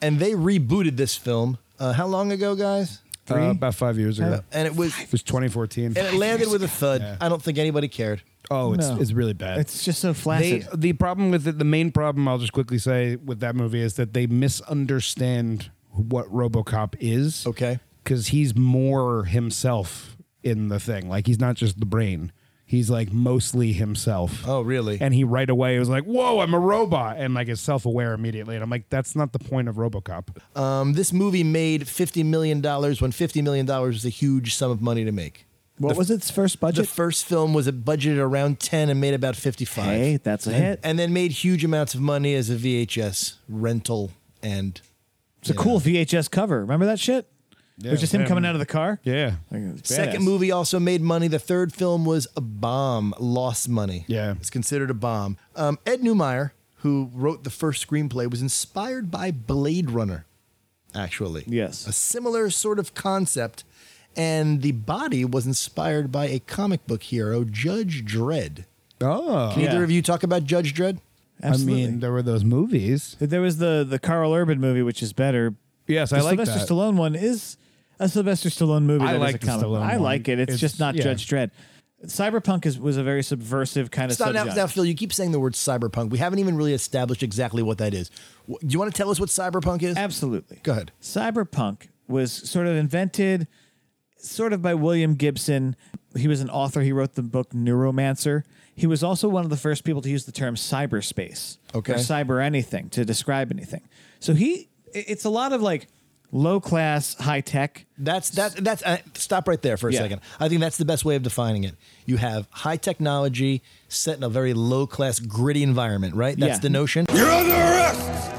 Speaker 2: And they rebooted this film uh, how long ago, guys?
Speaker 3: Uh, about five years ago.
Speaker 4: Uh,
Speaker 2: And it was
Speaker 3: It was 2014.
Speaker 2: and it landed with a thud. I don't think anybody cared.
Speaker 3: oh, it's,
Speaker 4: No.
Speaker 3: it's really bad.
Speaker 4: It's just so
Speaker 3: they,
Speaker 4: flaccid.
Speaker 3: the problem with it, the main problem I'll just quickly say with that movie is that they misunderstand what RoboCop is.
Speaker 2: Okay.
Speaker 3: Because he's more himself in the thing. Like he's not just the brain. He's like mostly himself.
Speaker 2: Oh, really?
Speaker 3: And he right away was like, "Whoa, I'm a robot," and like is self-aware immediately. And I'm like, "That's not the point of RoboCop."
Speaker 2: Um, this movie made fifty million dollars when fifty million dollars was a huge sum of money to make.
Speaker 4: what was its first
Speaker 2: The
Speaker 4: budget?
Speaker 2: first film was a budgeted around ten and made about fifty-five.
Speaker 4: hey, that's a hit.
Speaker 2: and then made huge amounts of money as a VHS rental. And
Speaker 4: It's a cool VHS cover. Remember that shit? It was just him
Speaker 3: man.
Speaker 4: coming out of the car.
Speaker 3: Yeah.
Speaker 4: Like, it was
Speaker 2: second
Speaker 4: badass.
Speaker 2: movie also made money. The third film was a bomb, lost money.
Speaker 3: Yeah.
Speaker 2: it's considered a bomb. Um, Ed Neumeyer, who wrote the first screenplay, was inspired by Blade Runner. Actually,
Speaker 4: Yes.
Speaker 2: a similar sort of concept, and the body was inspired by a comic book hero, Judge Dredd.
Speaker 3: Oh.
Speaker 2: Can
Speaker 4: Yeah.
Speaker 2: either of you talk about Judge Dredd?
Speaker 4: Absolutely.
Speaker 3: I mean, there were those movies.
Speaker 4: there was the the Carl Urban movie, which is better.
Speaker 3: Yes,
Speaker 4: the
Speaker 3: I like
Speaker 4: Sylvester
Speaker 3: that.
Speaker 4: Stallone one is a Sylvester Stallone movie.
Speaker 3: I
Speaker 4: that is
Speaker 3: like
Speaker 4: a
Speaker 3: the
Speaker 4: comic.
Speaker 3: Stallone
Speaker 4: I
Speaker 3: one.
Speaker 4: like it. It's,
Speaker 3: It's-
Speaker 4: just not
Speaker 3: yeah.
Speaker 4: Judge Dredd. Cyberpunk is was a very subversive kind of
Speaker 2: Stop now,
Speaker 4: subgenre.
Speaker 2: now, Phil. You keep saying the word cyberpunk. We haven't even really established exactly what that is. Wh- Do you want to tell us what cyberpunk is?
Speaker 4: Absolutely.
Speaker 2: Go ahead.
Speaker 4: Cyberpunk was sort of invented sort of by William Gibson. He was an author. He wrote the book Neuromancer. He was also one of the first people to use the term cyberspace
Speaker 2: Okay.
Speaker 4: or cyber anything to describe anything. So he i- it's a lot of like low class, high tech.
Speaker 2: That's that. That's uh, stop right there for a
Speaker 4: Yeah.
Speaker 2: second. I think that's the best way of defining it. You have high technology set in a very low class, gritty environment, right? That's
Speaker 4: Yeah.
Speaker 2: the notion.
Speaker 8: You're under arrest!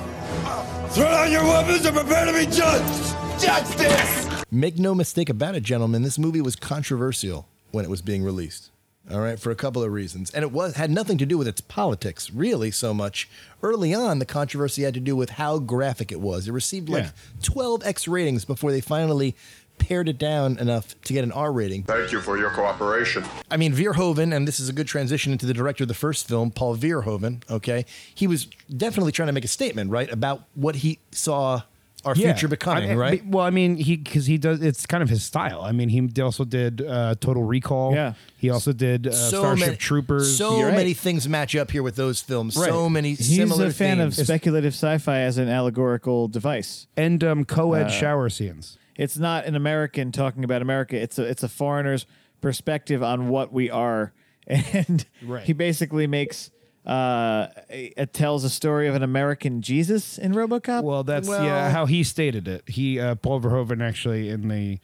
Speaker 8: Throw down your weapons and prepare to be judged! Justice!
Speaker 2: Make no mistake about it, gentlemen. This movie was controversial when it was being released. All right, for a couple of reasons, and it was had nothing to do with its politics really so much. Early on, the controversy had to do with how graphic it was. It received like
Speaker 3: Yeah.
Speaker 2: twelve X ratings before they finally pared it down enough to get an R rating.
Speaker 9: Thank you for your cooperation.
Speaker 2: I mean, Verhoeven, and this is a good transition into the director of the first film, Paul Verhoeven. Okay, he was definitely trying to make a statement, right, about what he saw our future becoming,
Speaker 3: I- I-
Speaker 2: right?
Speaker 3: Well, I mean, he because he does. It's kind of his style. I mean, he d- also did uh, Total Recall.
Speaker 4: Yeah.
Speaker 3: he also did uh, Starship Troopers.
Speaker 2: So
Speaker 4: You're right.
Speaker 2: many things match up here with those films. So
Speaker 3: Right.
Speaker 2: many
Speaker 4: He's
Speaker 2: similar
Speaker 4: a fan
Speaker 2: themes.
Speaker 4: of speculative sci-fi as an allegorical device.
Speaker 3: and um,
Speaker 4: Uh,
Speaker 3: co-ed shower scenes.
Speaker 4: It's not an American talking about America. It's a it's a foreigner's perspective on what we are, and
Speaker 3: Right.
Speaker 4: he basically makes uh a- it tells a story of an American Jesus in RoboCop.
Speaker 3: Well, that's yeah how he stated it. He uh, Paul Verhoeven actually in the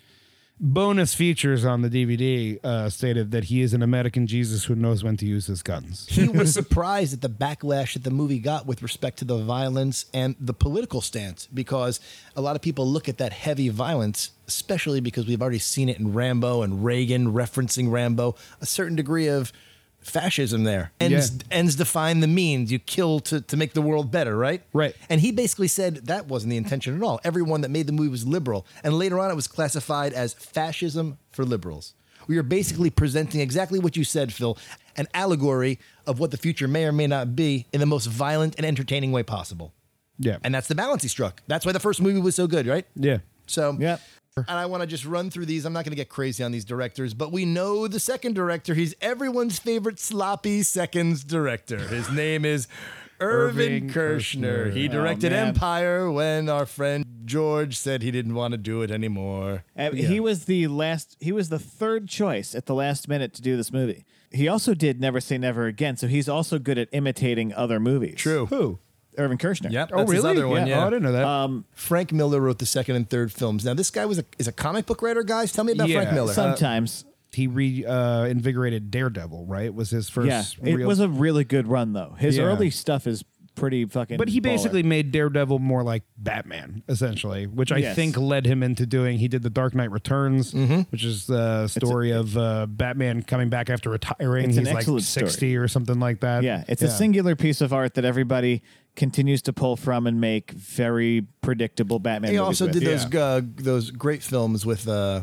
Speaker 3: bonus features on the DVD uh, stated that he is an American Jesus who knows when to use his guns.
Speaker 2: he was surprised at the backlash that the movie got with respect to the violence and the political stance because a lot of people look at that heavy violence, especially because we've already seen it in Rambo and Reagan referencing Rambo, a certain degree of fascism there. Ends, ends define the means. You kill to, to make the world better, right?
Speaker 3: Right.
Speaker 2: And he basically said that wasn't the intention at all. Everyone that made the movie was liberal. And later on, it was classified as fascism for liberals. We are basically presenting exactly what you said, Phil an allegory of what the future may or may not be in the most violent and entertaining way possible.
Speaker 3: Yeah,
Speaker 2: And that's the balance he struck. That's why the first movie was so good, right?
Speaker 3: yeah.
Speaker 2: So,
Speaker 4: yeah,
Speaker 2: And I want to just run through these. I'm not going to get crazy on these directors, but we know the second director. He's everyone's favorite sloppy seconds director. His name is Irvin,
Speaker 3: Irving
Speaker 2: Kershner.
Speaker 3: Kershner.
Speaker 2: He directed
Speaker 4: Oh, man.
Speaker 2: Empire when our friend George said he didn't want to do it anymore.
Speaker 4: Uh,
Speaker 2: Yeah.
Speaker 4: He was the last. He was the third choice at the last minute to do this movie. He also did Never Say Never Again, so he's also good at imitating other movies.
Speaker 2: true.
Speaker 3: Who?
Speaker 4: Irvin Kershner. Uh,
Speaker 2: Yep.
Speaker 3: Oh,
Speaker 2: that's his
Speaker 3: really?
Speaker 2: other one, yeah. Um,
Speaker 3: Oh, I didn't know that.
Speaker 2: Frank Miller wrote the second and third films. Now this guy was a, is a comic book writer, guys. Tell me about
Speaker 3: Yeah.
Speaker 2: Frank Miller. Uh,
Speaker 4: Sometimes.
Speaker 3: he reinvigorated Daredevil, right? Was his first.
Speaker 4: yeah. It was a really good run though. His
Speaker 3: Yeah.
Speaker 4: early stuff is pretty fucking.
Speaker 3: But he
Speaker 4: baller.
Speaker 3: basically made Daredevil more like Batman, essentially, which I
Speaker 4: Yes. Mm-hmm.
Speaker 3: think led him into doing. He did the Dark Knight Returns, which is the story of uh, Batman coming back after retiring.
Speaker 4: It's an
Speaker 3: He's like
Speaker 4: excellent story.
Speaker 3: sixty or something like that.
Speaker 4: Yeah, it's a singular piece of art that everybody continues to pull from and make very predictable Batman.
Speaker 2: He
Speaker 4: movies
Speaker 2: also
Speaker 4: with.
Speaker 2: did
Speaker 3: Yeah.
Speaker 2: those uh, those great films with uh,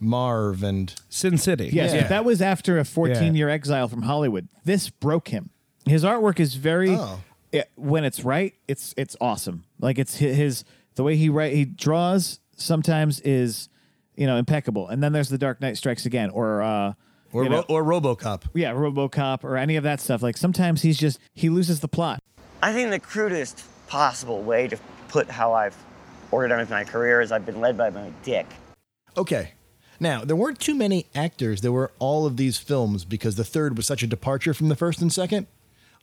Speaker 2: Marv and
Speaker 3: Sin City.
Speaker 4: Yes, but that was after a 14 year exile from Hollywood. This broke him. His artwork is very
Speaker 2: Oh.
Speaker 4: it- when it's right, it's it's awesome. Like it's hi- his the way he write he draws sometimes is you know impeccable. And then there's The Dark Knight Strikes Again or uh
Speaker 2: or
Speaker 4: you know,
Speaker 2: Ro- or RoboCop.
Speaker 4: yeah, RoboCop or any of that stuff. Like sometimes he's just he loses the plot.
Speaker 9: I think the crudest possible way to put how I've organized my career is I've been led by my dick.
Speaker 2: Okay. Now, there weren't too many actors. There were all of these films because the third was such a departure from the first and second.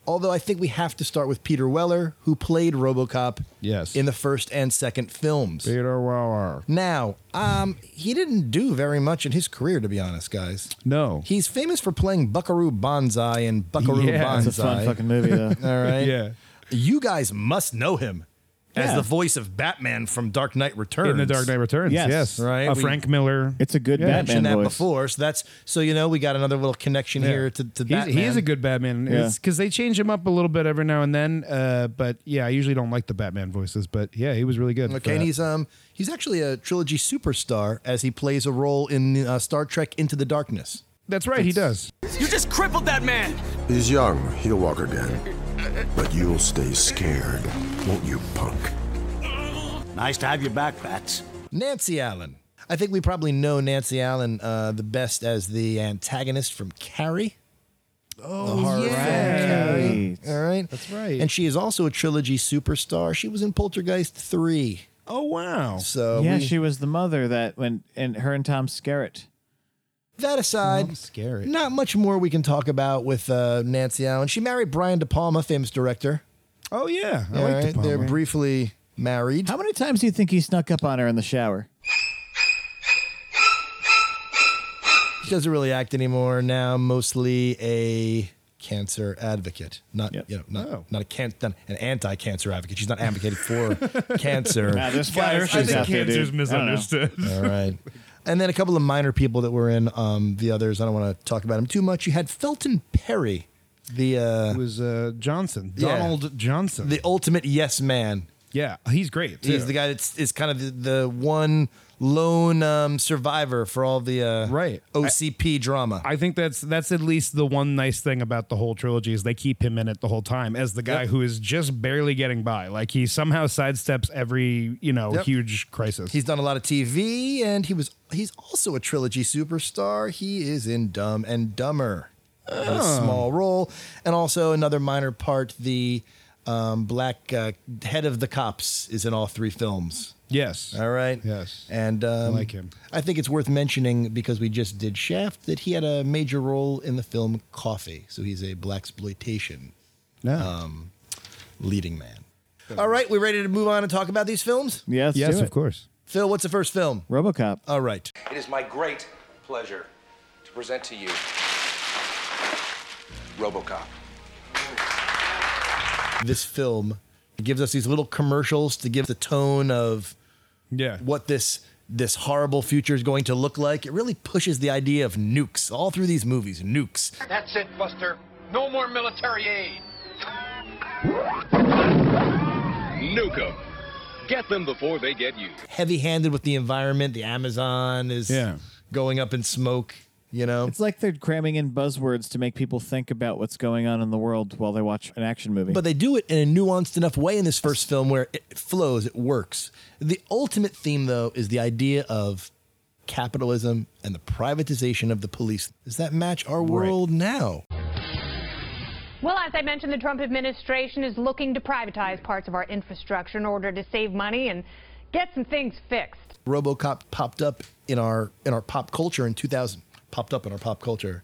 Speaker 2: Although I think we have to start with Peter Weller, who played RoboCop
Speaker 3: Yes.
Speaker 2: in the first and second films.
Speaker 3: Peter Weller.
Speaker 2: Now, um, he didn't do very much in his career, to be honest, guys.
Speaker 3: No.
Speaker 2: He's famous for playing Buckaroo Banzai and Buckaroo
Speaker 3: Yeah,
Speaker 2: Banzai.
Speaker 3: it's
Speaker 4: It's a fun fucking movie though.
Speaker 2: All right.
Speaker 3: Yeah.
Speaker 2: You guys must know him as
Speaker 4: Yeah.
Speaker 2: the voice of Batman from Dark Knight Returns.
Speaker 3: In the Dark Knight Returns.
Speaker 4: Yes.
Speaker 3: Yes.
Speaker 2: Right,
Speaker 3: A
Speaker 2: we-
Speaker 3: Frank Miller.
Speaker 4: It's a good
Speaker 3: Yeah.
Speaker 4: Batman
Speaker 2: mentioned that
Speaker 4: voice.
Speaker 2: before, so that's so you know we got another little connection here to, to
Speaker 3: He's,
Speaker 2: Batman.
Speaker 3: he is a good Batman because they change him up a little bit every now and then. Uh, but yeah, I usually don't like the Batman voices. But yeah, he was really good. for
Speaker 2: Okay, and
Speaker 3: that.
Speaker 2: he's um he's actually a trilogy superstar as he plays a role in uh, Star Trek Into the Darkness.
Speaker 3: that's right. He does.
Speaker 7: You just crippled that man.
Speaker 10: He's young. He'll walk again. But you'll stay scared, won't you, punk?
Speaker 8: Nice to have you back, Bats.
Speaker 2: Nancy Allen. I think we probably know Nancy Allen uh, the best as the antagonist from Carrie. Oh
Speaker 4: Right.
Speaker 2: All right,
Speaker 3: That's right.
Speaker 2: And she is also a trilogy superstar. She was in Poltergeist three.
Speaker 3: Oh wow.
Speaker 2: So
Speaker 4: yeah,
Speaker 2: we-
Speaker 4: she was the mother that when and her and Tom Skerritt.
Speaker 2: that aside,
Speaker 3: I'm scared.
Speaker 2: not much more we can talk about with uh, Nancy Allen. She married Brian De Palma, famous director.
Speaker 3: Oh yeah. I like
Speaker 2: Alright,
Speaker 3: the
Speaker 2: They're
Speaker 3: Palmer.
Speaker 2: briefly married.
Speaker 4: How many times do you think he snuck up on her in the shower?
Speaker 2: She doesn't really act anymore now. Mostly a cancer advocate, not
Speaker 4: Yep.
Speaker 2: you know, not,
Speaker 3: Oh.
Speaker 2: not a can, not an anti-cancer advocate. She's not advocated for cancer.
Speaker 4: Now there's
Speaker 3: Guys,
Speaker 4: flat
Speaker 3: I
Speaker 4: earthers
Speaker 3: think
Speaker 4: out there, dude.
Speaker 3: cancer's
Speaker 4: I don't know.
Speaker 3: misunderstood.
Speaker 2: All right. And then a couple of minor people that were in um, the others. I don't want to talk about them too much. You had Felton Perry, the uh,
Speaker 3: It was uh, Johnson,
Speaker 2: Yeah.
Speaker 3: Donald Johnson.
Speaker 2: the ultimate yes man.
Speaker 3: yeah, he's great.
Speaker 2: He's the guy that's is kind of the, the one lone um, survivor for all the uh,
Speaker 3: Right.
Speaker 2: OCP drama.
Speaker 3: I think that's that's at least the one nice thing about the whole trilogy is they keep him in it the whole time as the guy
Speaker 2: Yep.
Speaker 3: who is just barely getting by. Like he somehow sidesteps every you know
Speaker 2: Yep.
Speaker 3: huge crisis.
Speaker 2: He's done a lot of TV, and he was he's also a trilogy superstar. He is in Dumb and Dumber, in a
Speaker 3: Oh.
Speaker 2: small role, and also another minor part. The um, black uh, head of the cops is in all three films.
Speaker 3: yes,
Speaker 2: All right.
Speaker 3: Yes.
Speaker 2: And um,
Speaker 3: like him.
Speaker 2: I think it's worth mentioning because we just did Shaft that he had a major role in the film Coffee. So he's a black exploitation
Speaker 3: no.
Speaker 2: leading man. All right, we ready to move on and talk about these films?
Speaker 4: Yeah, let's
Speaker 3: yes,
Speaker 4: do it.
Speaker 3: of course.
Speaker 2: Phil, what's the first film?
Speaker 4: RoboCop.
Speaker 2: All right.
Speaker 10: It is my great pleasure to present to you Robocop.
Speaker 2: This film gives us these little commercials to give the tone of
Speaker 3: Yeah.
Speaker 2: what this this horrible future is going to look like. It really pushes the idea of nukes all through these movies, nukes.
Speaker 8: That's it, Buster. No more military aid.
Speaker 10: Nuke 'em. Get them before they get you.
Speaker 2: Heavy-handed with the environment, the Amazon is
Speaker 3: Yeah.
Speaker 2: going up in smoke. You know,
Speaker 4: It's like they're cramming in buzzwords to make people think about what's going on in the world while they watch an action movie.
Speaker 2: But they do it in a nuanced enough way in this first film where it flows, it works. The ultimate theme, though, is the idea of capitalism and the privatization of the police. Does that match our world now?
Speaker 11: Well, as I mentioned, the Trump administration is looking to privatize parts of our infrastructure in order to save money and get some things fixed.
Speaker 2: RoboCop popped up in our in our pop culture in 2000. Popped up in our pop culture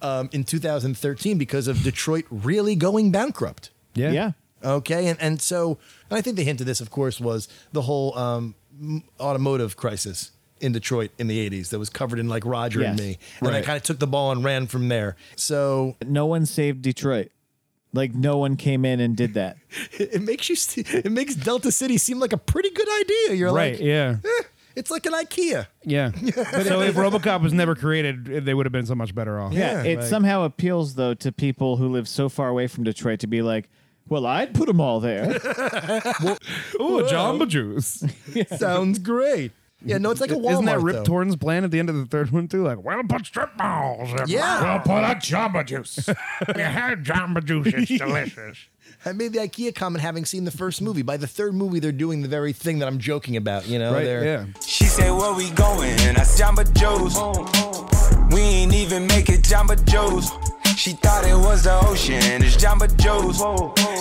Speaker 2: um, in 2013 because of Detroit really going bankrupt.
Speaker 3: Yeah. Yeah.
Speaker 2: Okay, and and so and I think the hint of this, of course, was the whole um, m- automotive crisis in Detroit in the 80s that was covered in like Roger and
Speaker 4: Yes.
Speaker 2: me, and I
Speaker 4: Right.
Speaker 2: kind of took the ball and ran from there. So
Speaker 4: no one saved Detroit. Like no one came in and did that.
Speaker 2: it makes you see- it makes Delta City seem like a pretty good idea. You're
Speaker 3: Right,
Speaker 2: like,
Speaker 3: yeah.
Speaker 2: "Eh, it's like an IKEA.
Speaker 3: Yeah. so if RoboCop was never created, they would have been so much better off.
Speaker 4: Yeah, it somehow appeals though to people who live so far away from Detroit to be like, well, I'd put them all there.
Speaker 3: Oh,
Speaker 4: Whoa.
Speaker 3: Jamba Juice.
Speaker 2: Sounds great. Yeah, no, it's like a
Speaker 3: Isn't that
Speaker 2: Walmart,
Speaker 3: Rip
Speaker 2: though.
Speaker 3: Torn's plan at the end of the third one too? Like, well, put strip malls. in-
Speaker 2: Yeah.
Speaker 3: we'll put a Jamba Juice. you had Jamba Juice, it's delicious.
Speaker 2: I made the IKEA comment having seen the first movie. By the third movie, they're doing the very thing that I'm joking about. You know,
Speaker 3: Right,
Speaker 2: they're
Speaker 3: yeah.
Speaker 12: She said, Where we going? I said, Jamba Joe's. We ain't even make it Jamba Joe's. She thought it was the ocean. It's Jamba Joe's.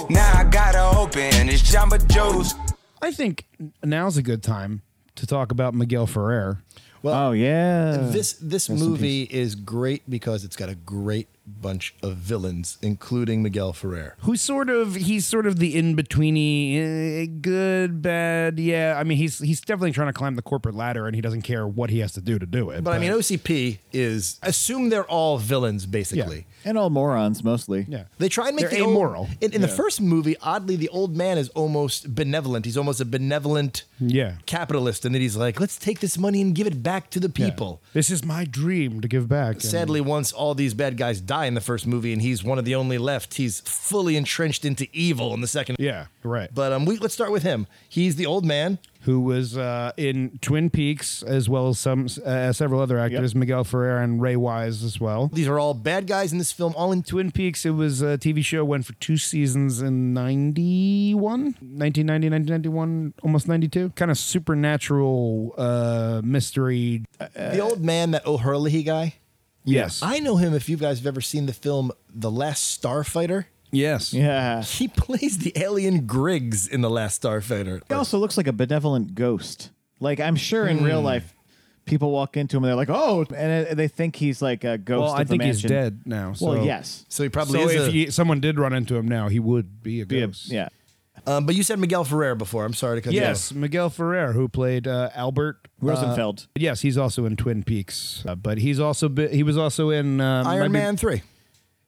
Speaker 12: Now I gotta open. It's Jamba Joe's.
Speaker 3: I think now's a good time to talk about Miguel Ferrer.
Speaker 2: Well,
Speaker 4: oh yeah,
Speaker 2: This this movie is great because it's got a great bunch of villains, including Miguel Ferrer.
Speaker 3: who's sort of he's sort of the in betweeny, eh, good, bad. Yeah, I mean he's he's definitely trying to climb the corporate ladder, and he doesn't care what he has to do to do it.
Speaker 2: But, I mean, OCP is assume they're all villains basically.
Speaker 4: and all morons mostly.
Speaker 3: Yeah,
Speaker 2: They try and make
Speaker 3: They're
Speaker 2: the old-
Speaker 3: amoral.
Speaker 2: in, in the
Speaker 3: Yeah.
Speaker 2: first movie, oddly, the old man is almost benevolent. He's almost a benevolent
Speaker 3: yeah.
Speaker 2: capitalist, and then he's like, "Let's take this money and give it back to the people."
Speaker 3: This is my dream to give back. and-
Speaker 2: Sadly, once all these bad guys die in the first movie, and he's one of the only left, he's fully entrenched into evil in the second.
Speaker 3: Yeah, right.
Speaker 2: But um, we, let's start with him. He's the old man.
Speaker 3: who was uh, in Twin Peaks as well as some uh, several other actors, Miguel Ferrer and Ray Wise as well.
Speaker 2: These are all bad guys in this film. All in
Speaker 3: Twin Peaks. It was a TV show went for two seasons in 91, 1990, 1991, almost 92. Kind of supernatural uh, mystery.
Speaker 2: the old man, that O'Hurley guy.
Speaker 3: Yes.
Speaker 2: I know him. If you guys have ever seen the film The Last Starfighter,
Speaker 3: yes.
Speaker 4: Yeah.
Speaker 2: he plays the alien Griggs in The Last Starfighter.
Speaker 4: He also looks like a benevolent ghost. Like I'm sure in real life, people walk into him and they're like, "Oh," and uh, they think he's like a ghost.
Speaker 3: Well,
Speaker 4: of
Speaker 3: I
Speaker 4: the
Speaker 3: think he's
Speaker 4: mansion.
Speaker 3: dead now. So.
Speaker 4: Well, yes.
Speaker 2: So he probably
Speaker 3: So
Speaker 2: is.
Speaker 3: if
Speaker 2: A,
Speaker 3: he- someone did run into him now, he would be a
Speaker 4: Yeah,
Speaker 3: ghost.
Speaker 4: yeah.
Speaker 2: um, but you said Miguel Ferrer before. I'm sorry to cut
Speaker 3: Yes, Miguel Ferrer, who played uh, Albert uh,
Speaker 4: Rosenfeld.
Speaker 3: yes, he's also in Twin Peaks, uh, but he's also be, he was also in um,
Speaker 2: you off. Iron
Speaker 3: might be-
Speaker 2: Man 3.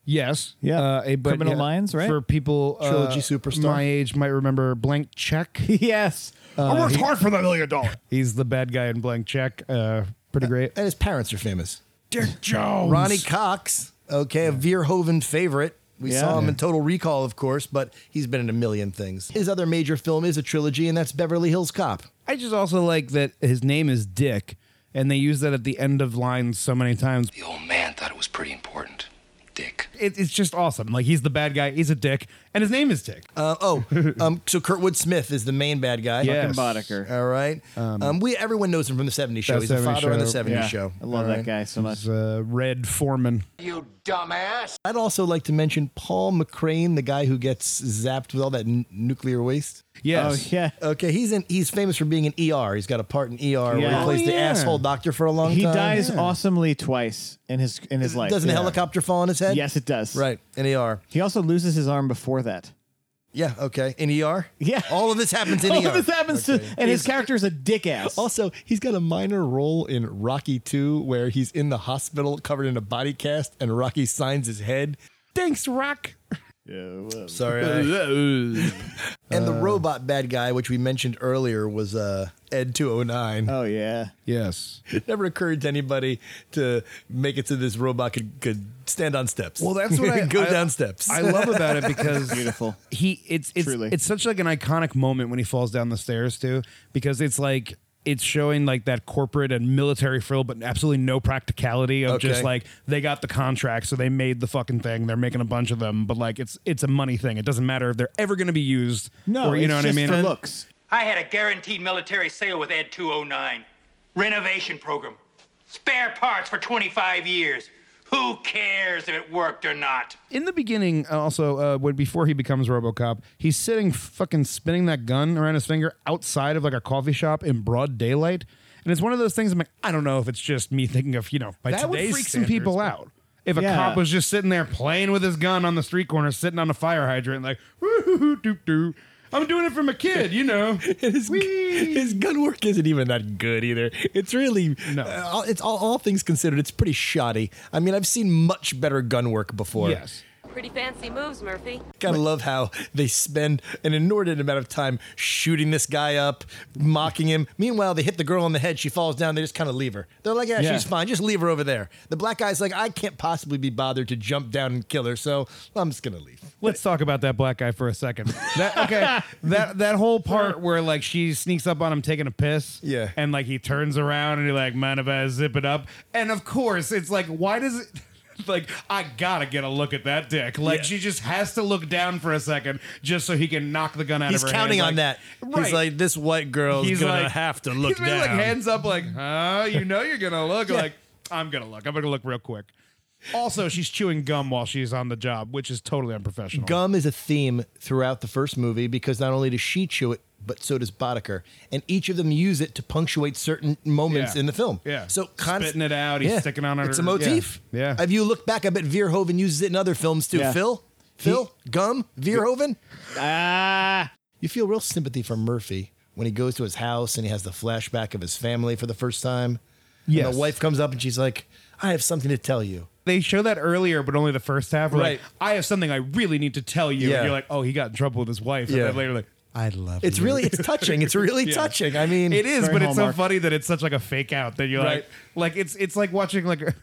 Speaker 3: Yes.
Speaker 4: Yeah.
Speaker 3: Uh, a, but,
Speaker 4: Criminal
Speaker 3: yeah,
Speaker 4: Minds, right?
Speaker 3: For people uh,
Speaker 2: Trilogy superstar.
Speaker 3: my age might remember Blank Check.
Speaker 4: yes.
Speaker 3: I worked hard for that million dollar. He's the bad guy in Blank Check. Uh, pretty great.
Speaker 2: And his parents are famous.
Speaker 3: Dick Jones.
Speaker 2: Ronnie Cox, okay, a Verhoeven favorite. We
Speaker 4: Yeah.
Speaker 2: saw him
Speaker 4: Yeah.
Speaker 2: in Total Recall, of course, but he's been in a million things. His other major film is a trilogy, and that's Beverly Hills Cop.
Speaker 3: I just also like that his name is Dick, and they use that at the end of lines so many times.
Speaker 12: The old man thought it was pretty important. Dick.
Speaker 3: It, it's just awesome. Like he's the bad guy. He's a dick, and his name is Dick.
Speaker 2: Uh, oh, um, so Kurtwood Smith is the main bad guy.
Speaker 3: Yes.
Speaker 4: Fucking Boddicker.
Speaker 2: All right. Um, we everyone knows him from the '70s show.
Speaker 3: That
Speaker 2: He's the
Speaker 3: 70s
Speaker 2: father on the
Speaker 3: show.
Speaker 2: '70s
Speaker 4: Yeah.
Speaker 2: show.
Speaker 4: I love
Speaker 2: All
Speaker 4: that
Speaker 2: right.
Speaker 4: guy so much.
Speaker 3: He's, uh, Red Foreman.
Speaker 4: Oh,
Speaker 12: You dumbass.
Speaker 2: I'd also like to mention Paul McCrane, the guy who gets zapped with all that n- nuclear waste.
Speaker 3: Yes.
Speaker 4: Oh yeah.
Speaker 2: Okay, he's in. He's famous for being in ER. He's got a part in ER where
Speaker 4: Yeah.
Speaker 2: he
Speaker 4: Oh,
Speaker 2: plays the
Speaker 3: yeah.
Speaker 2: asshole doctor for a long
Speaker 4: He
Speaker 2: time.
Speaker 4: dies awesomely twice in his in his life.
Speaker 2: Doesn't
Speaker 4: Yeah.
Speaker 2: the helicopter fall on his head?
Speaker 4: Yes, it does.
Speaker 2: Right in ER.
Speaker 4: He also loses his arm before that.
Speaker 2: Yeah. Okay. In ER.
Speaker 4: Yeah.
Speaker 2: All of this happens in
Speaker 4: All
Speaker 2: ER.
Speaker 4: of this happens E to, and his character is a dick ass.
Speaker 2: Also, he's got a minor role in Rocky 2 where he's in the hospital covered in a body cast and Rocky signs his head. Thanks, Rock. Sorry. Uh, and the robot bad guy, which we mentioned earlier, was uh, Ed 209.
Speaker 4: Oh yeah.
Speaker 3: Yes.
Speaker 2: it never occurred to anybody to make it so this robot could, could stand on steps.
Speaker 3: Well, that's what I
Speaker 2: go
Speaker 3: I-
Speaker 2: down steps.
Speaker 3: I love about it because
Speaker 4: Beautiful.
Speaker 3: He it's it's
Speaker 4: Truly.
Speaker 3: it's such like an iconic moment when he falls down the stairs too because it's like it's showing like that corporate and military frill, but absolutely no practicality of just
Speaker 2: Okay.
Speaker 3: like they got the contract, so they made the fucking thing. They're making a bunch of them, but like it's it's a money thing. It doesn't matter if they're ever going to be used. or, you know what I mean.
Speaker 13: I had a guaranteed military sale with Ed 209. Renovation program. Spare parts for 25 years. Who cares if it worked or not?
Speaker 3: In the beginning, also, uh, when before he becomes RoboCop, he's sitting fucking spinning that gun around his finger outside of like a coffee shop in broad daylight, and it's one of those things. I'm like, I don't know if it's just me thinking of you know by
Speaker 2: That would
Speaker 3: today's
Speaker 2: freak some
Speaker 3: standards,
Speaker 2: people
Speaker 3: but
Speaker 2: out.
Speaker 3: If a
Speaker 2: Yeah.
Speaker 3: cop was just sitting there playing with his gun on the street corner, sitting on a fire hydrant, like woo doo doo, I'm doing it for my kid, you know.
Speaker 2: his, his gun work isn't even that good either. It's really no. it's all, all things considered, it's pretty shoddy. I mean, I've seen much better gun work before.
Speaker 3: Yes.
Speaker 14: Pretty fancy moves, Murphy.
Speaker 2: Gotta love how they spend an inordinate amount of time shooting this guy up, mocking him. Meanwhile, they hit the girl on the head. She falls down. They just kind of leave her. They're like, yeah,
Speaker 3: Yeah.
Speaker 2: she's fine. Just leave her over there. The black guy's like, I can't possibly be bothered to jump down and kill her, so I'm just gonna leave.
Speaker 3: Let's talk about that black guy for a second. That okay. that that whole part where like she sneaks up on him taking a piss. Yeah. And like he turns around and he like, mind if I zip it up? And of course, it's like, why does it like I gotta get a look at that dick? Like
Speaker 2: Yeah.
Speaker 3: she just has to look down for a second just so he can knock the gun out
Speaker 2: He's
Speaker 3: of her
Speaker 2: counting on
Speaker 3: hand.
Speaker 2: that.
Speaker 3: Like,
Speaker 2: He's like, this white girl's
Speaker 3: He's
Speaker 2: gonna
Speaker 3: like-
Speaker 2: have to
Speaker 3: right.
Speaker 2: look
Speaker 3: He's really, like
Speaker 2: down.
Speaker 3: hands up, like, huh? You know you're gonna look. Like, I'm gonna look. I'm gonna look real quick. Also, she's chewing gum while she's on the job, which is totally unprofessional.
Speaker 2: Gum is a theme throughout the first movie because not only does she chew it, but so does Boddicker. And each of them use it to punctuate certain moments
Speaker 3: Yeah.
Speaker 2: in the film.
Speaker 3: Yeah.
Speaker 2: So const-
Speaker 3: spitting it out, he's
Speaker 2: Yeah.
Speaker 3: sticking on it.
Speaker 2: It's a motif.
Speaker 3: Yeah.
Speaker 2: If you look back, I bet Verhoeven uses it in other films too.
Speaker 3: Yeah.
Speaker 2: Phil? Phil? Gum? Verhoeven? Ah. You feel real sympathy for Murphy when he goes to his house and he has the flashback of his family for the first time. Yeah.
Speaker 3: Yes.
Speaker 2: the wife comes up and she's like, I have something to tell you.
Speaker 3: They show that earlier, but only the first half. We're
Speaker 2: Right.
Speaker 3: Like, I have something I really need to tell you.
Speaker 2: Yeah.
Speaker 3: And you're like, oh, he got in trouble with his wife.
Speaker 2: Yeah.
Speaker 3: And then later, like, I love
Speaker 2: It's
Speaker 3: you.
Speaker 2: really, it's touching. It's really
Speaker 3: Yeah.
Speaker 2: touching. I mean,
Speaker 3: it is, but it's so funny that it's such like a fake out that you're
Speaker 2: Right.
Speaker 3: like, like it's it's like watching like. a-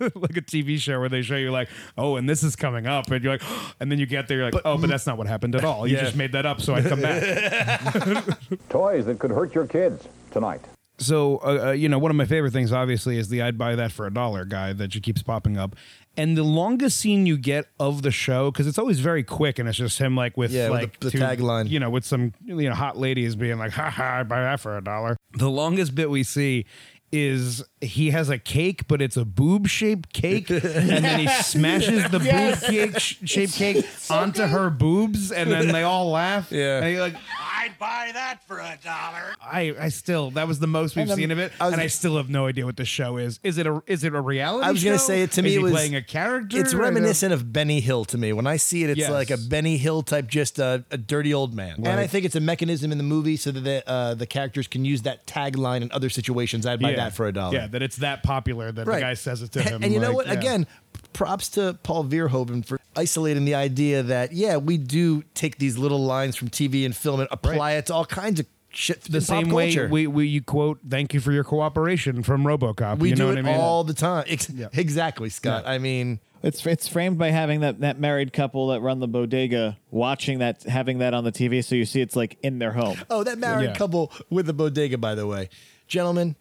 Speaker 3: like a TV show where they show you like, oh, and this is coming up, and you're like, and then you get there, you're like, oh, but that's not what happened at all. You
Speaker 15: Yeah.
Speaker 3: just made that up, so I come back.
Speaker 15: Toys that could hurt your kids tonight.
Speaker 3: So, uh, uh, you know, one of my favorite things, obviously, is the I'd buy that for a dollar guy that just keeps popping up. And the longest scene you get of the show, because it's always very quick and it's just him like with
Speaker 2: Yeah, with
Speaker 3: like
Speaker 2: the- the
Speaker 3: two-
Speaker 2: tagline.
Speaker 3: you know, with some, you know, hot ladies being like, ha ha, I'd buy that for a dollar. The longest bit we see is he has a cake, but it's a boob shaped cake. and then he smashes the
Speaker 6: Yes.
Speaker 3: boob cake sh- shaped cake onto her boobs. And then they all laugh.
Speaker 2: Yeah.
Speaker 3: And you're like,
Speaker 13: I'd buy that for a dollar.
Speaker 3: I, I still that was the most we've
Speaker 13: And I'm-
Speaker 3: seen of it,
Speaker 2: I was-
Speaker 3: and I still have no idea what the show is. Is it a is it a reality?
Speaker 2: I was
Speaker 3: going
Speaker 2: gonna say it to me
Speaker 3: Is he
Speaker 2: was
Speaker 3: playing a character.
Speaker 2: It's
Speaker 3: I don't-
Speaker 2: reminiscent of Benny Hill to me. When I see it, it's
Speaker 3: Yes.
Speaker 2: like a Benny Hill type, just a, a dirty old man. And I
Speaker 3: Right.
Speaker 2: think it's a mechanism in the movie so that the, uh, the characters can use that tagline in other situations. I'd buy
Speaker 3: Yeah.
Speaker 2: that for a dollar.
Speaker 3: Yeah, that it's that popular that the
Speaker 2: Right.
Speaker 3: guy says it to
Speaker 2: And-
Speaker 3: him.
Speaker 2: And you know
Speaker 3: like,
Speaker 2: what?
Speaker 3: yeah.
Speaker 2: Again, props to Paul Verhoeven for isolating the idea that yeah, we do take these little lines from TV and film and apply it to all kinds of shit.
Speaker 3: the
Speaker 2: in
Speaker 3: same
Speaker 2: pop
Speaker 3: way
Speaker 2: culture.
Speaker 3: we, we you quote "Thank you for your cooperation" from RoboCop.
Speaker 2: We
Speaker 3: you
Speaker 2: do
Speaker 3: know
Speaker 2: it
Speaker 3: what I mean?
Speaker 2: all the time. Ex- Exactly, Scott. I mean,
Speaker 4: It's it's framed by having that, that married couple that run the bodega watching that having that on the TV, so you see it's like in their home.
Speaker 2: Oh, that married
Speaker 4: Yeah.
Speaker 2: couple with the bodega, by the way. Gentlemen,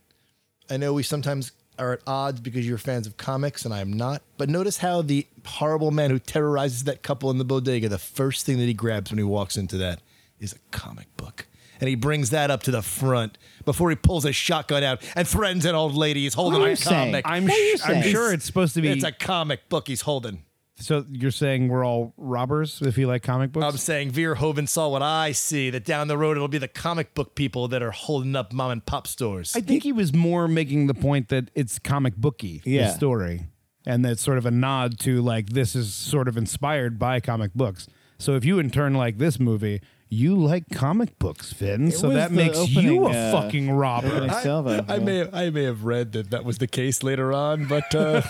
Speaker 2: I know we sometimes are at odds because you're fans of comics and I am not, but notice how the horrible man who terrorizes that couple in the bodega, the first thing that he grabs when he walks into that is a comic book. And he brings that up to the front before he pulls his shotgun out and threatens an old lady. He's holding
Speaker 3: What are
Speaker 2: a
Speaker 3: you saying?
Speaker 2: comic.
Speaker 3: I'm What are you sh- I'm saying? sure it's supposed to be-
Speaker 2: It's a comic book he's holding.
Speaker 3: So you're saying we're all robbers if you like comic books?
Speaker 2: I'm saying Verhoeven saw what I see. That down the road it'll be the comic book people that are holding up mom and pop stores.
Speaker 3: I think he was more making the point that it's comic booky,
Speaker 2: Yeah.
Speaker 3: the story. And that's sort of a nod to like this is sort of inspired by comic books. So if you in turn like this movie, you like comic books, Finn. so
Speaker 2: was
Speaker 3: that
Speaker 2: the
Speaker 3: makes you a
Speaker 2: opening, uh,
Speaker 3: fucking
Speaker 4: Oh,
Speaker 3: robber.
Speaker 2: I, I may have, I may have read that that was the case later on, but uh,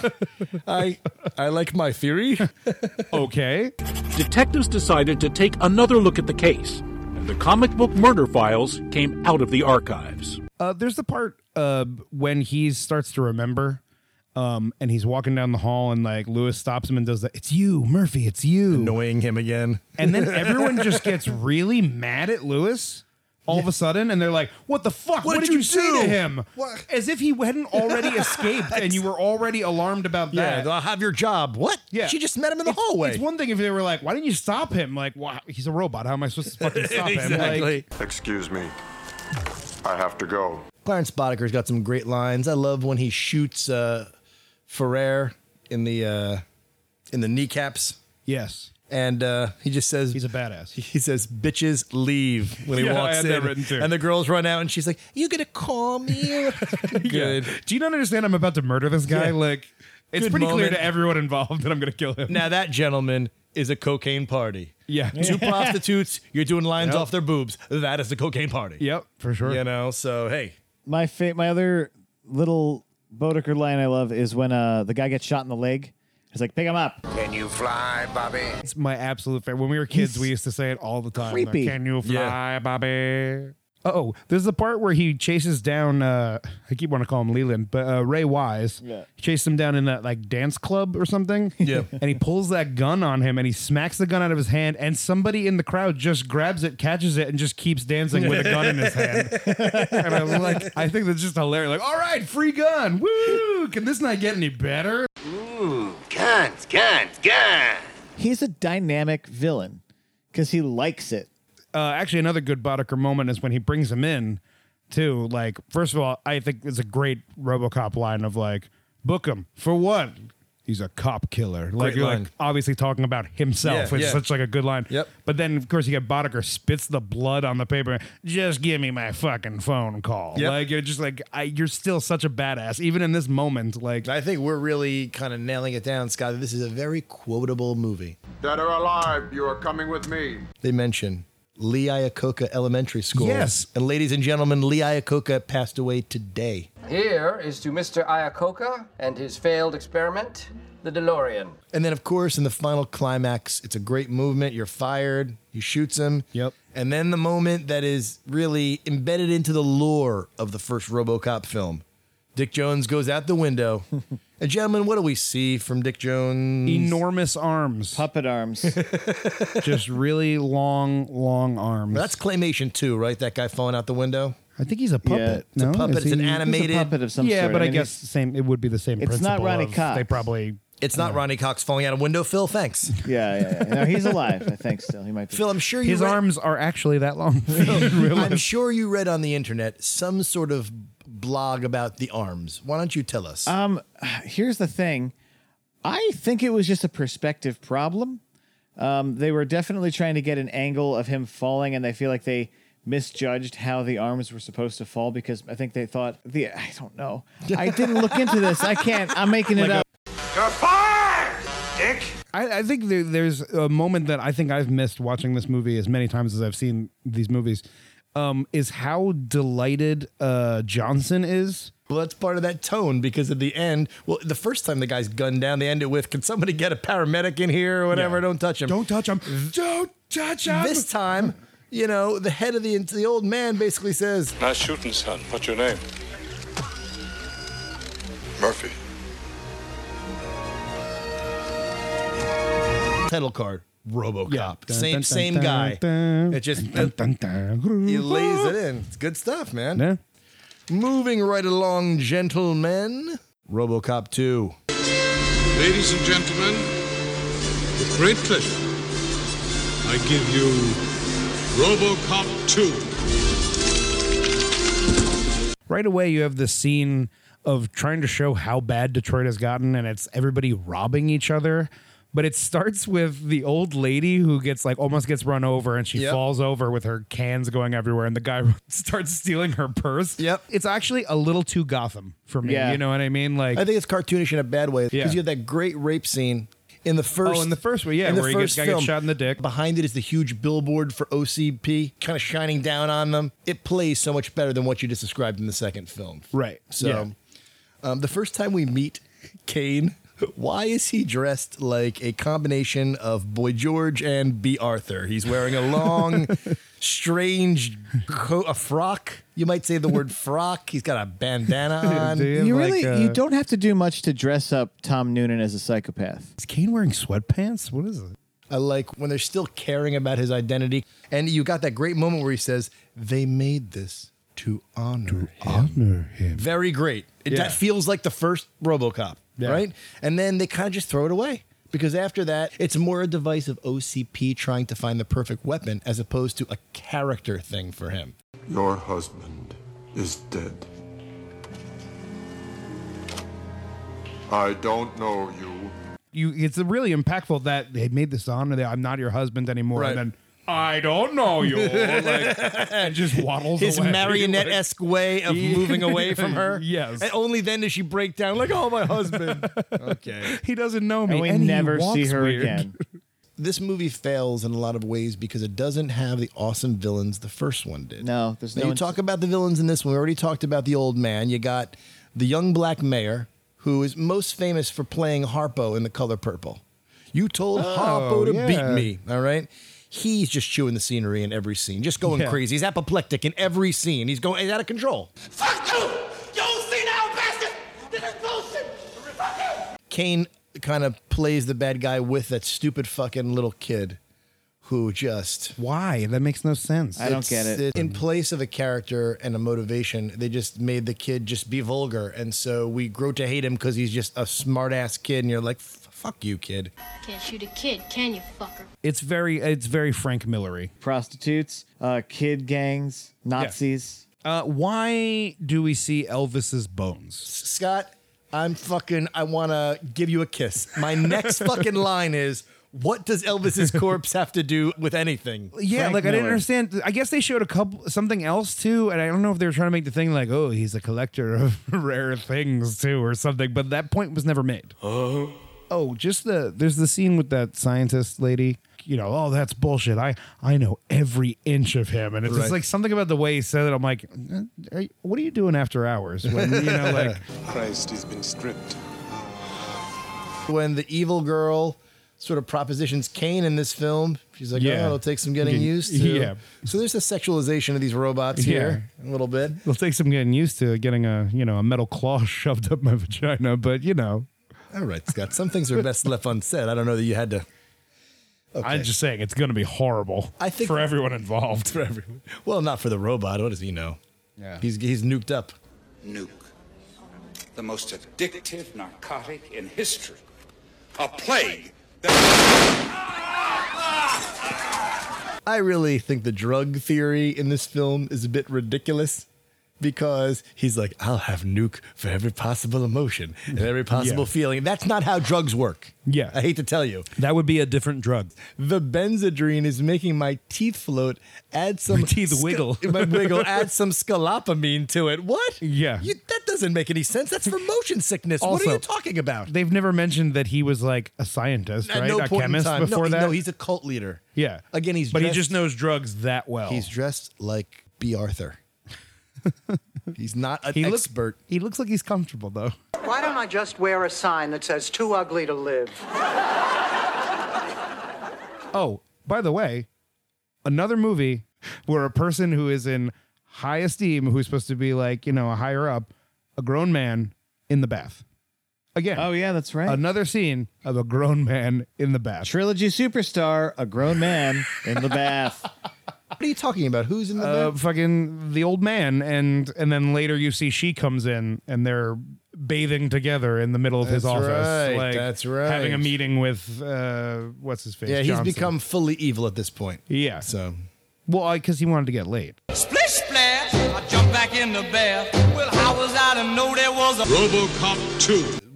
Speaker 2: I I like my theory.
Speaker 3: okay.
Speaker 16: Detectives decided to take another look at the case, and the comic book murder files came out of the archives.
Speaker 3: Uh, there's the part uh, when he starts to remember, um, and he's walking down the hall, and like Lewis stops him and does that. It's you, Murphy. It's you.
Speaker 2: Annoying him again.
Speaker 3: And then everyone just gets really mad at Lewis all of a sudden, and they're like, "What the fuck? What, did you, say to
Speaker 2: do?"
Speaker 3: him?"
Speaker 2: What?
Speaker 3: As if he hadn't already escaped, and you were already alarmed about
Speaker 2: Yeah,
Speaker 3: that.
Speaker 2: I'll have your job. What?
Speaker 3: Yeah,
Speaker 2: She just met him in the
Speaker 3: It's-
Speaker 2: hallway.
Speaker 3: It's one thing if they were like, "Why didn't you stop him?" Like, "Wow, he's a robot. How am I supposed to fucking stop him?" Like,
Speaker 10: Excuse me. I have to go.
Speaker 2: Clarence Boddicker's got some great lines. I love when he shoots uh, Ferrer in the uh, in the kneecaps.
Speaker 3: Yes.
Speaker 2: And uh, he just says he's
Speaker 3: a badass.
Speaker 2: He says, "Bitches leave" when he
Speaker 3: Yeah, I
Speaker 2: walks
Speaker 3: had
Speaker 2: in,
Speaker 3: that written too.
Speaker 2: and the girls run out, and she's like, "You gonna call me?" Good.
Speaker 3: Do you not understand? I'm about to murder this guy.
Speaker 2: Yeah.
Speaker 3: Like, it's
Speaker 2: Good
Speaker 3: pretty clear
Speaker 2: moment.
Speaker 3: to everyone involved that I'm going to kill him.
Speaker 2: Now that gentleman is a cocaine party.
Speaker 3: Yeah.
Speaker 2: two prostitutes. You're doing lines
Speaker 3: Yep.
Speaker 2: off their boobs. That is the cocaine party.
Speaker 3: Yep, for sure.
Speaker 2: You know. So hey,
Speaker 4: My fa- my other little Bodeker line I love is when uh the guy gets shot in the leg. He's like, pick him up.
Speaker 15: Can you fly, Bobby?
Speaker 3: It's my absolute favorite. When we were kids, we used to say it all the time. like,
Speaker 4: creepy.
Speaker 3: Can you fly, Bobby? Oh, there's the part where he chases down. uh I keep wanting to call him Leland, but uh, Ray Wise.
Speaker 4: Yeah.
Speaker 3: He chases him down in that like dance club or something.
Speaker 2: Yeah.
Speaker 3: and he pulls that gun on him, and he smacks the gun out of his hand, and somebody in the crowd just grabs it, catches it, and just keeps dancing with a gun in his hand. and I was like, I think that's just hilarious. Like, all right, free gun, woo! Can this not get any better?
Speaker 7: Ooh, guns, guns, guns.
Speaker 4: He's a dynamic villain because he likes it.
Speaker 3: uh, actually another good Boddicker moment is when he brings him in too. Like, first of all, I think it's a great RoboCop line of like, book him for what? He's a cop killer. Like,
Speaker 2: Great
Speaker 3: you're,
Speaker 2: line.
Speaker 3: like obviously talking about himself.
Speaker 2: Yeah,
Speaker 3: it's
Speaker 2: yeah.
Speaker 3: such like a good line. Yep. But then of course you get Boddicker spits the blood on the paper. Just give me my fucking phone call.
Speaker 2: Yep.
Speaker 3: Like you're just like I, you're still such a badass even in this moment. Like
Speaker 2: I think we're really kind of nailing it down, Scott. that This is a very quotable movie.
Speaker 15: Dead or alive, you are coming with me.
Speaker 2: They mention Lee Iacocca Elementary School.
Speaker 17: Yes.
Speaker 2: And ladies and gentlemen, Lee Iacocca passed away today.
Speaker 17: Here is to Mr. Iacocca and his failed experiment, the DeLorean.
Speaker 2: And then, of course, in the final climax, it's a great movement. You're fired. He shoots him. Yep. And then the moment that is really embedded into the lore of the first RoboCop film. Dick Jones goes out the window. and gentlemen, what do we see from Dick Jones?
Speaker 3: enormous arms,
Speaker 4: puppet arms,
Speaker 3: just really long, long arms.
Speaker 2: That's claymation too, right? That guy falling out the window.
Speaker 3: I think he's a
Speaker 2: Yeah,
Speaker 3: puppet.
Speaker 2: it's a
Speaker 3: no?
Speaker 2: puppet.
Speaker 3: Is
Speaker 2: It's an
Speaker 3: he-
Speaker 2: animated- He's a puppet of some
Speaker 3: yeah,
Speaker 2: sort.
Speaker 3: but
Speaker 2: I
Speaker 3: I,
Speaker 2: mean,
Speaker 3: guess same. It would be the same.
Speaker 4: It's not
Speaker 3: principle
Speaker 4: Ronnie
Speaker 3: of
Speaker 4: Cox.
Speaker 3: They probably
Speaker 2: It's not Ronnie Cox falling out a window. Phil, thanks.
Speaker 4: Yeah, yeah, yeah. No, he's alive. I think still. He might. Be.
Speaker 2: Phil, I'm sure you
Speaker 3: his
Speaker 2: read-
Speaker 3: arms are actually that long.
Speaker 2: I'm sure you read on the internet some sort of blog about the arms. Why don't you tell us?
Speaker 4: Um, here's the thing. I think it was just a perspective problem. Um, they were definitely trying to get an angle of him falling, and they feel like they misjudged how the arms were supposed to fall because I think they thought the I don't know. I didn't look into this. I can't. I'm making it
Speaker 3: Like a-
Speaker 4: up.
Speaker 7: You're fired, Dick.
Speaker 3: I, I think there, there's a moment that I think I've missed watching this movie as many times as I've seen these movies. Um, is how delighted uh, Johnson is.
Speaker 2: Well, that's part of that tone because at the end, well, the first time the guy's gunned down, they end it with, "Can somebody get a paramedic in here or whatever? Don't touch him. Don't
Speaker 3: touch him. Don't touch
Speaker 2: him." This time, you know, the head of the the old man basically says,
Speaker 18: Nice shooting, son. What's your name? Murphy.
Speaker 2: "Title card, RoboCop,
Speaker 3: Dun,
Speaker 2: same
Speaker 3: dun, dun,
Speaker 2: same
Speaker 3: dun,
Speaker 2: guy."
Speaker 3: dun.
Speaker 2: it just
Speaker 3: Dun, dun, dun.
Speaker 2: he lays it in. It's good stuff, man.
Speaker 3: Yeah.
Speaker 2: Moving right along, gentlemen. RoboCop two.
Speaker 19: Ladies and gentlemen, with great pleasure, I give you Robocop 2.
Speaker 3: right away you have this scene of trying to show how bad Detroit has gotten and it's everybody robbing each other. But it starts with the old lady who gets like almost gets run over and she
Speaker 2: Yep.
Speaker 3: falls over with her cans going everywhere and the guy starts stealing her purse. Yep. It's actually a little too Gotham for me.
Speaker 2: Yeah.
Speaker 3: You know what I mean? Like
Speaker 2: I think it's cartoonish in a bad way because
Speaker 3: Yeah.
Speaker 2: you have that great rape scene in the first.
Speaker 3: Oh, in the first one, yeah,
Speaker 2: in the
Speaker 3: where he
Speaker 2: first
Speaker 3: gets, guy gets
Speaker 2: film.
Speaker 3: shot in the dick.
Speaker 2: Behind it is the huge billboard for OCP, kind of shining down on them. It plays so much better than what you just described in the second film.
Speaker 3: Right.
Speaker 2: So,
Speaker 3: Yeah.
Speaker 2: um, the first time we meet Kane, why is he dressed like a combination of Boy George and B. Arthur? He's wearing a long, strange coat, a frock. You might say the word frock. He's got a bandana on.
Speaker 4: You really
Speaker 3: uh,
Speaker 4: you don't have to do much to dress up Tom Noonan as a psychopath.
Speaker 3: Is Kane wearing sweatpants? What is it?
Speaker 2: I like when they're still caring about his identity. And you got that great moment where he says, They made this to honor to
Speaker 3: honor
Speaker 2: him. Very great. It-
Speaker 3: Yeah.
Speaker 2: That feels like the first Robocop,
Speaker 3: Yeah.
Speaker 2: right? And then they kind of just throw it away because after that, it's more a device of OCP trying to find the perfect weapon as opposed to a character thing for him.
Speaker 10: Your husband is dead.
Speaker 18: I don't know you.
Speaker 3: You, it's really impactful that they made this on. and they- I'm not your husband anymore.
Speaker 2: Right.
Speaker 3: And then I don't know you. like, and just waddles
Speaker 2: His
Speaker 3: away.
Speaker 2: marionette esque way of
Speaker 3: Yeah.
Speaker 2: moving away from her.
Speaker 3: Yes.
Speaker 2: And only then does she break down, like, oh, my husband. okay.
Speaker 3: He doesn't know me.
Speaker 4: And we
Speaker 3: he
Speaker 4: never see
Speaker 3: walks
Speaker 4: her
Speaker 3: weird.
Speaker 4: again.
Speaker 2: This movie fails in a lot of ways because it doesn't have the awesome villains the first one did.
Speaker 4: No, there's
Speaker 2: Now,
Speaker 4: no.
Speaker 2: you talk about the villains in this one. We already talked about the old man. You got the young black mayor, who is most famous for playing Harpo in The Color Purple. You told Harpo to
Speaker 3: Oh, yeah.
Speaker 2: beat me, all right? He's just chewing the scenery in every scene, just going
Speaker 3: Yeah.
Speaker 2: crazy. He's apoplectic in every scene. He's going he's out of control.
Speaker 8: Fuck you! You see now, bastard! This is bullshit! Fuck you!
Speaker 2: Kane kind of plays the bad guy with that stupid fucking little kid who just
Speaker 3: Why? That makes no sense.
Speaker 4: I don't get
Speaker 2: It's-
Speaker 4: it.
Speaker 2: In place of a character and a motivation, they just made the kid just be vulgar, and so we grow to hate him because he's just a smartass kid, and you're like, "F- "Fuck you, kid."
Speaker 20: Can't shoot a kid, can you, fucker?
Speaker 3: It's very, it's very Frank Millery.
Speaker 4: Prostitutes, uh, kid gangs, Nazis.
Speaker 3: Uh, why do we see Elvis's bones?
Speaker 2: Scott, I'm fucking. I want to give you a kiss. My next fucking line is, "What does Elvis's corpse have to do with anything?"
Speaker 3: Yeah,
Speaker 4: Frank
Speaker 3: like I didn't
Speaker 4: Miller.
Speaker 3: understand. I guess they showed a couple something else too, and I don't know if they were trying to make the thing like, oh, he's a collector of rare things too, or something. But that point was never made. Oh, oh, just the there's the scene with that scientist lady. You know, oh, that's bullshit. I I know every inch of him, and it's just
Speaker 2: Right.
Speaker 3: like something about the way he said it. I'm like, "Uh, are you- what are you doing after hours? When you know, like,
Speaker 18: Christ, he's been stripped.
Speaker 2: When the evil girl sort of propositions Kane in this film, she's like,
Speaker 3: Yeah.
Speaker 2: "Oh, it'll take some getting
Speaker 3: Yeah.
Speaker 2: used to."
Speaker 3: Yeah.
Speaker 2: So there's a sexualization of these robots here a little bit.
Speaker 3: it'll take some getting used to getting a you know a metal claw shoved up my vagina, but you know,
Speaker 2: All right, Scott. Some things are best left unsaid. I don't know that you had to.
Speaker 3: I'm just saying it's going to be horrible.
Speaker 2: I think-
Speaker 3: for everyone involved.
Speaker 2: For everyone. Well, not for the robot. What does he know?
Speaker 3: Yeah.
Speaker 2: He's he's nuked up.
Speaker 21: Nuke, the most addictive narcotic in history. A plague
Speaker 2: I really think the drug theory in this film is a bit ridiculous because he's like, I'll have nuke for every possible emotion and every possible
Speaker 3: Yeah.
Speaker 2: feeling. That's not how drugs work.
Speaker 3: Yeah.
Speaker 2: I hate to tell you.
Speaker 3: That would be a different drug.
Speaker 2: The benzodrine is making my teeth float. Add some
Speaker 3: Your teeth wiggle.
Speaker 2: My wiggle. Add some scolopamine to it. What?
Speaker 3: Yeah.
Speaker 2: You, that doesn't make any sense. That's for motion sickness. what
Speaker 3: Also-
Speaker 2: are you talking about?
Speaker 3: They've never mentioned that he was like a scientist,
Speaker 2: At
Speaker 3: right?
Speaker 2: no
Speaker 3: a
Speaker 2: point
Speaker 3: chemist
Speaker 2: in time.
Speaker 3: before
Speaker 2: no,
Speaker 3: that.
Speaker 2: No, he's a cult leader.
Speaker 3: yeah.
Speaker 2: Again, he's
Speaker 3: but
Speaker 2: dressed-
Speaker 3: he just knows drugs that well.
Speaker 2: He's dressed like B. Arthur. he's not an
Speaker 3: He looks-
Speaker 2: expert.
Speaker 3: he looks like he's comfortable though.
Speaker 22: Why don't I just wear a sign that says too ugly to live?
Speaker 3: Oh, by the way, another movie where a person who is in high esteem, who's supposed to be like you know a higher up, a grown man in the bath. Again,
Speaker 4: Oh yeah, that's right.
Speaker 3: another scene of a grown man in the bath.
Speaker 4: Trilogy superstar, a grown man in the bath.
Speaker 2: What are you talking about? Who's in the
Speaker 3: uh,
Speaker 2: back?
Speaker 3: fucking the old man and and then later you see she comes in and they're bathing together in the middle of his
Speaker 2: That's
Speaker 3: office
Speaker 2: right,
Speaker 3: like
Speaker 2: that's right.
Speaker 3: having a meeting with uh what's his face
Speaker 2: Yeah, he's
Speaker 3: Johnson.
Speaker 2: become fully evil at this point.
Speaker 3: yeah
Speaker 2: So
Speaker 3: well because he wanted to get laid
Speaker 7: Splish splash! I jumped back in the bath. Well, how was I to know there was a
Speaker 19: Robocop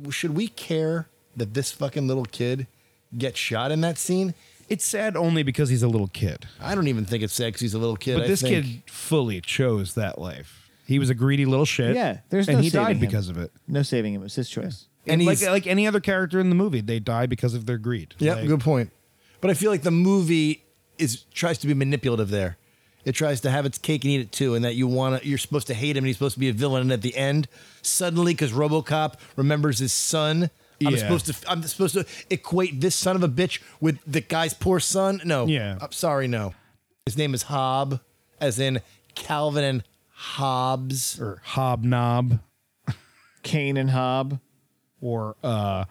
Speaker 19: 2.
Speaker 2: should we care that this fucking little kid gets shot in that scene?
Speaker 3: it's sad only because he's a little kid
Speaker 2: I don't even think it's sad 'cause he's a little kid.
Speaker 3: but
Speaker 2: I
Speaker 3: this
Speaker 2: think-
Speaker 3: kid fully chose that life he was a greedy little shit
Speaker 4: Yeah, there's
Speaker 3: and
Speaker 4: no
Speaker 3: he died
Speaker 4: saving him.
Speaker 3: because of it
Speaker 4: No saving him. It was his choice.
Speaker 2: And
Speaker 3: and like,
Speaker 2: he's-
Speaker 3: like any other character in the movie they die because of their greed
Speaker 2: Yeah,
Speaker 3: Like,
Speaker 2: good point. But I feel like the movie is tries to be manipulative there. It tries to have its cake and eat it too, and that you want to, you're supposed to hate him and he's supposed to be a villain. And at the end, suddenly, because RoboCop remembers his son, I'm
Speaker 3: Yeah.
Speaker 2: supposed to, I'm supposed to equate this son of a bitch with the guy's poor son. No,
Speaker 3: Yeah.
Speaker 2: I'm sorry, no. His name is Hob, as in Calvin and Hobbes.
Speaker 3: or hobnob
Speaker 4: Cain and Hob.
Speaker 3: or uh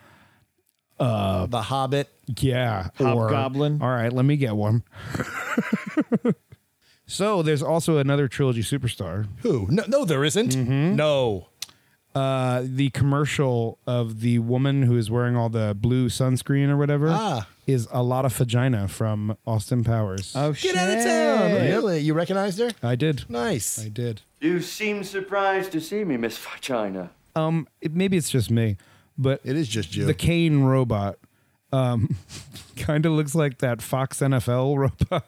Speaker 3: Uh,
Speaker 2: the Hobbit.
Speaker 3: Yeah. or-
Speaker 4: Hobgoblin.
Speaker 3: all right, let me get one. so there's also another trilogy superstar.
Speaker 2: Who? No, no there isn't. No.
Speaker 3: Uh, the commercial of the woman who is wearing all the blue sunscreen or whatever
Speaker 2: Ah.
Speaker 3: is a lot of vagina from Austin Powers.
Speaker 4: Oh,
Speaker 2: Get out of town. Really? You recognized her?
Speaker 3: I did.
Speaker 2: Nice.
Speaker 3: I did.
Speaker 1: You seem surprised to see me, Miss Vagina.
Speaker 3: Um, it, maybe it's just me, but
Speaker 2: it is just you.
Speaker 3: The Kane robot, um, kind of looks like that Fox NFL robot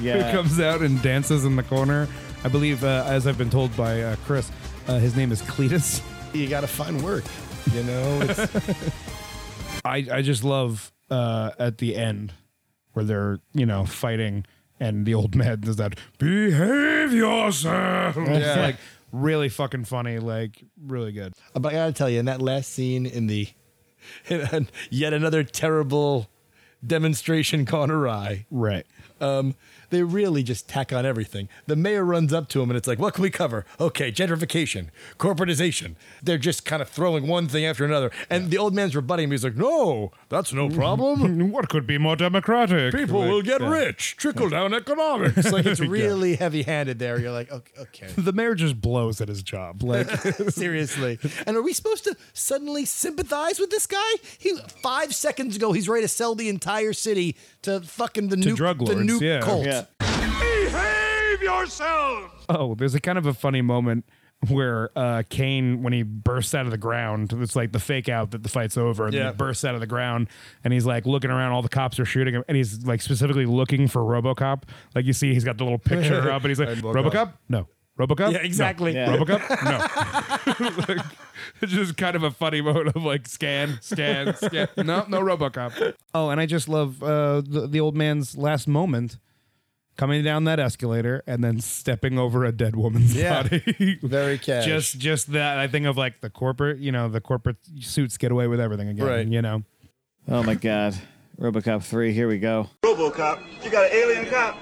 Speaker 4: Yeah.
Speaker 3: who comes out and dances in the corner. I believe, uh, as I've been told by uh, Chris, uh, his name is Cletus.
Speaker 2: You got to find work. You know, it's,
Speaker 3: I, I just love uh, at the end where they're you know fighting and the old man does that behave yourself. It's like really fucking funny, like really good.
Speaker 2: but I got to tell you, in that last scene in the, in yet another terrible demonstration gone awry.
Speaker 3: Right.
Speaker 2: Um, they really just tack on everything. The mayor runs up to him and it's like, what can we cover? Okay, gentrification, corporatization. They're just kind of throwing one thing after another. And the old man's rebutting him. He's like, no, that's no problem.
Speaker 3: what could be more democratic?
Speaker 2: People will get
Speaker 3: Yeah.
Speaker 2: rich, trickle down economics. Like it's
Speaker 3: Yeah.
Speaker 2: really heavy handed there. You're like, okay, okay.
Speaker 3: The mayor just blows at his job. Like
Speaker 2: Seriously. And are we supposed to suddenly sympathize with this guy? He five seconds ago he's ready to sell the entire city to fucking the
Speaker 3: To
Speaker 2: nuke,
Speaker 3: drug
Speaker 2: the
Speaker 3: lords,
Speaker 2: nuke
Speaker 3: yeah.
Speaker 2: cult.
Speaker 3: Yeah.
Speaker 6: Behave yourselves!
Speaker 3: Oh, there's a kind of a funny moment where uh, Kane, when he bursts out of the ground, it's like the fake out that the fight's over, and then
Speaker 2: Yeah.
Speaker 3: he bursts out of the ground, and he's like looking around. All the cops are shooting him, and he's like specifically looking for RoboCop. Like you see, he's got the little picture up, and he's like,
Speaker 2: And
Speaker 3: RoboCop,
Speaker 2: RoboCop.
Speaker 3: no. RoboCop?
Speaker 2: Yeah, exactly.
Speaker 3: No.
Speaker 2: Yeah.
Speaker 3: RoboCop? No. Like, it's just kind of a funny moment of like scan, scan, scan. No, no RoboCop. Oh, and I just love uh, the, the old man's last moment coming down that escalator and then stepping over a dead woman's
Speaker 2: Yeah.
Speaker 3: body.
Speaker 2: Very cash.
Speaker 3: just just that I think of like the corporate, you know, the corporate suits get away with everything again,
Speaker 2: Right.
Speaker 3: you know.
Speaker 4: Oh my God, RoboCop three. Here we go.
Speaker 5: RoboCop? You got an alien cop?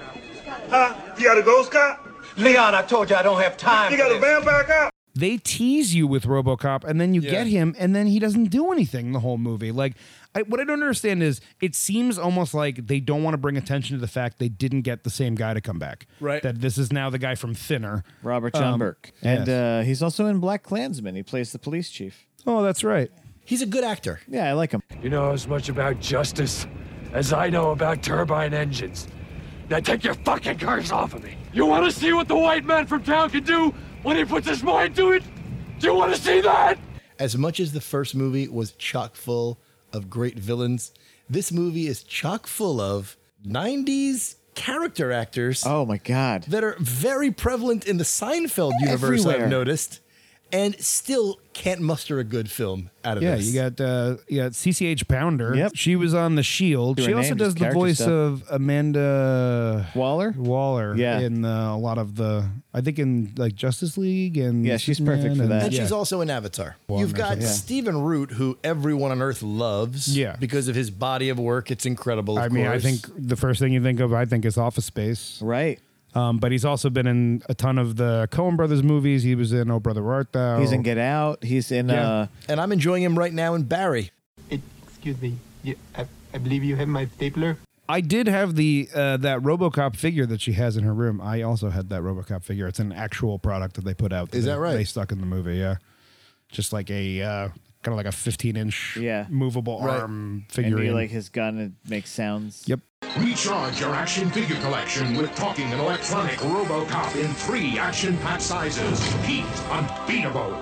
Speaker 5: Huh? You got a ghost cop? Leon, I told you I don't have time. You got a vampire cop?
Speaker 3: They tease you with RoboCop and then you get him and then he doesn't do anything the whole movie. Like I, what I don't understand is it seems almost like they don't want to bring attention to the fact they didn't get the same guy to come back.
Speaker 2: Right.
Speaker 3: That this is now the guy from Thinner.
Speaker 4: Robert John
Speaker 3: Um,
Speaker 4: Burke,
Speaker 3: yes.
Speaker 4: and uh, he's also in Black Klansman. He plays the police chief.
Speaker 3: Oh, that's right.
Speaker 2: He's a good actor.
Speaker 4: Yeah, I like him.
Speaker 23: You know as much about justice as I know about turbine engines. Now take your fucking curse off of me. You want to see what the white man from town can do when he puts his mind to it? Do you want to see that?
Speaker 2: As much as the first movie was chock full of great villains, this movie is chock full of 90s character actors
Speaker 4: Oh my God.
Speaker 2: that are very prevalent in the Seinfeld universe,
Speaker 4: Everywhere.
Speaker 2: I've noticed, and still can't muster a good film out of
Speaker 3: Yeah,
Speaker 2: this.
Speaker 3: you got uh, you got CCH Pounder.
Speaker 4: Yep.
Speaker 3: she was on The Shield.
Speaker 4: Do her
Speaker 3: She also
Speaker 4: name,
Speaker 3: does
Speaker 4: just
Speaker 3: the
Speaker 4: character
Speaker 3: voice
Speaker 4: stuff.
Speaker 3: of Amanda
Speaker 4: Waller.
Speaker 3: Waller.
Speaker 4: Yeah.
Speaker 3: in uh, a lot of the I think in like Justice League and
Speaker 4: Yeah, she's perfect
Speaker 3: Superman
Speaker 4: for that.
Speaker 2: And
Speaker 3: yeah.
Speaker 2: she's also in Avatar.
Speaker 3: Well,
Speaker 2: You've
Speaker 3: I'm
Speaker 2: got
Speaker 3: not- yeah.
Speaker 2: Stephen Root, who everyone on Earth loves
Speaker 3: Yeah.
Speaker 2: because of his body of work. It's incredible. of
Speaker 3: I mean, I
Speaker 2: course.
Speaker 3: think the first thing you think of, I think, is Office Space.
Speaker 4: Right.
Speaker 3: Um, but he's also been in a ton of the Coen Brothers movies. He was in Oh Brother Where Art Thou.
Speaker 4: He's in Get Out. He's in.
Speaker 3: Yeah.
Speaker 4: Uh,
Speaker 2: And I'm enjoying him right now in Barry.
Speaker 24: Excuse me. You, I, I believe you have my stapler.
Speaker 3: I did have the uh, that RoboCop figure that she has in her room. I also had that RoboCop figure. It's an actual product that they put out.
Speaker 2: Is that
Speaker 3: they-
Speaker 2: right?
Speaker 3: They stuck in the movie. Yeah, just like a uh, kind of like a 15 inch
Speaker 4: yeah.
Speaker 3: movable arm
Speaker 4: And
Speaker 3: figurine.
Speaker 4: he like his gun and makes sounds.
Speaker 3: yep.
Speaker 25: Recharge your action figure collection with talking and electronic RoboCop in three action-packed sizes. Heat unbeatable.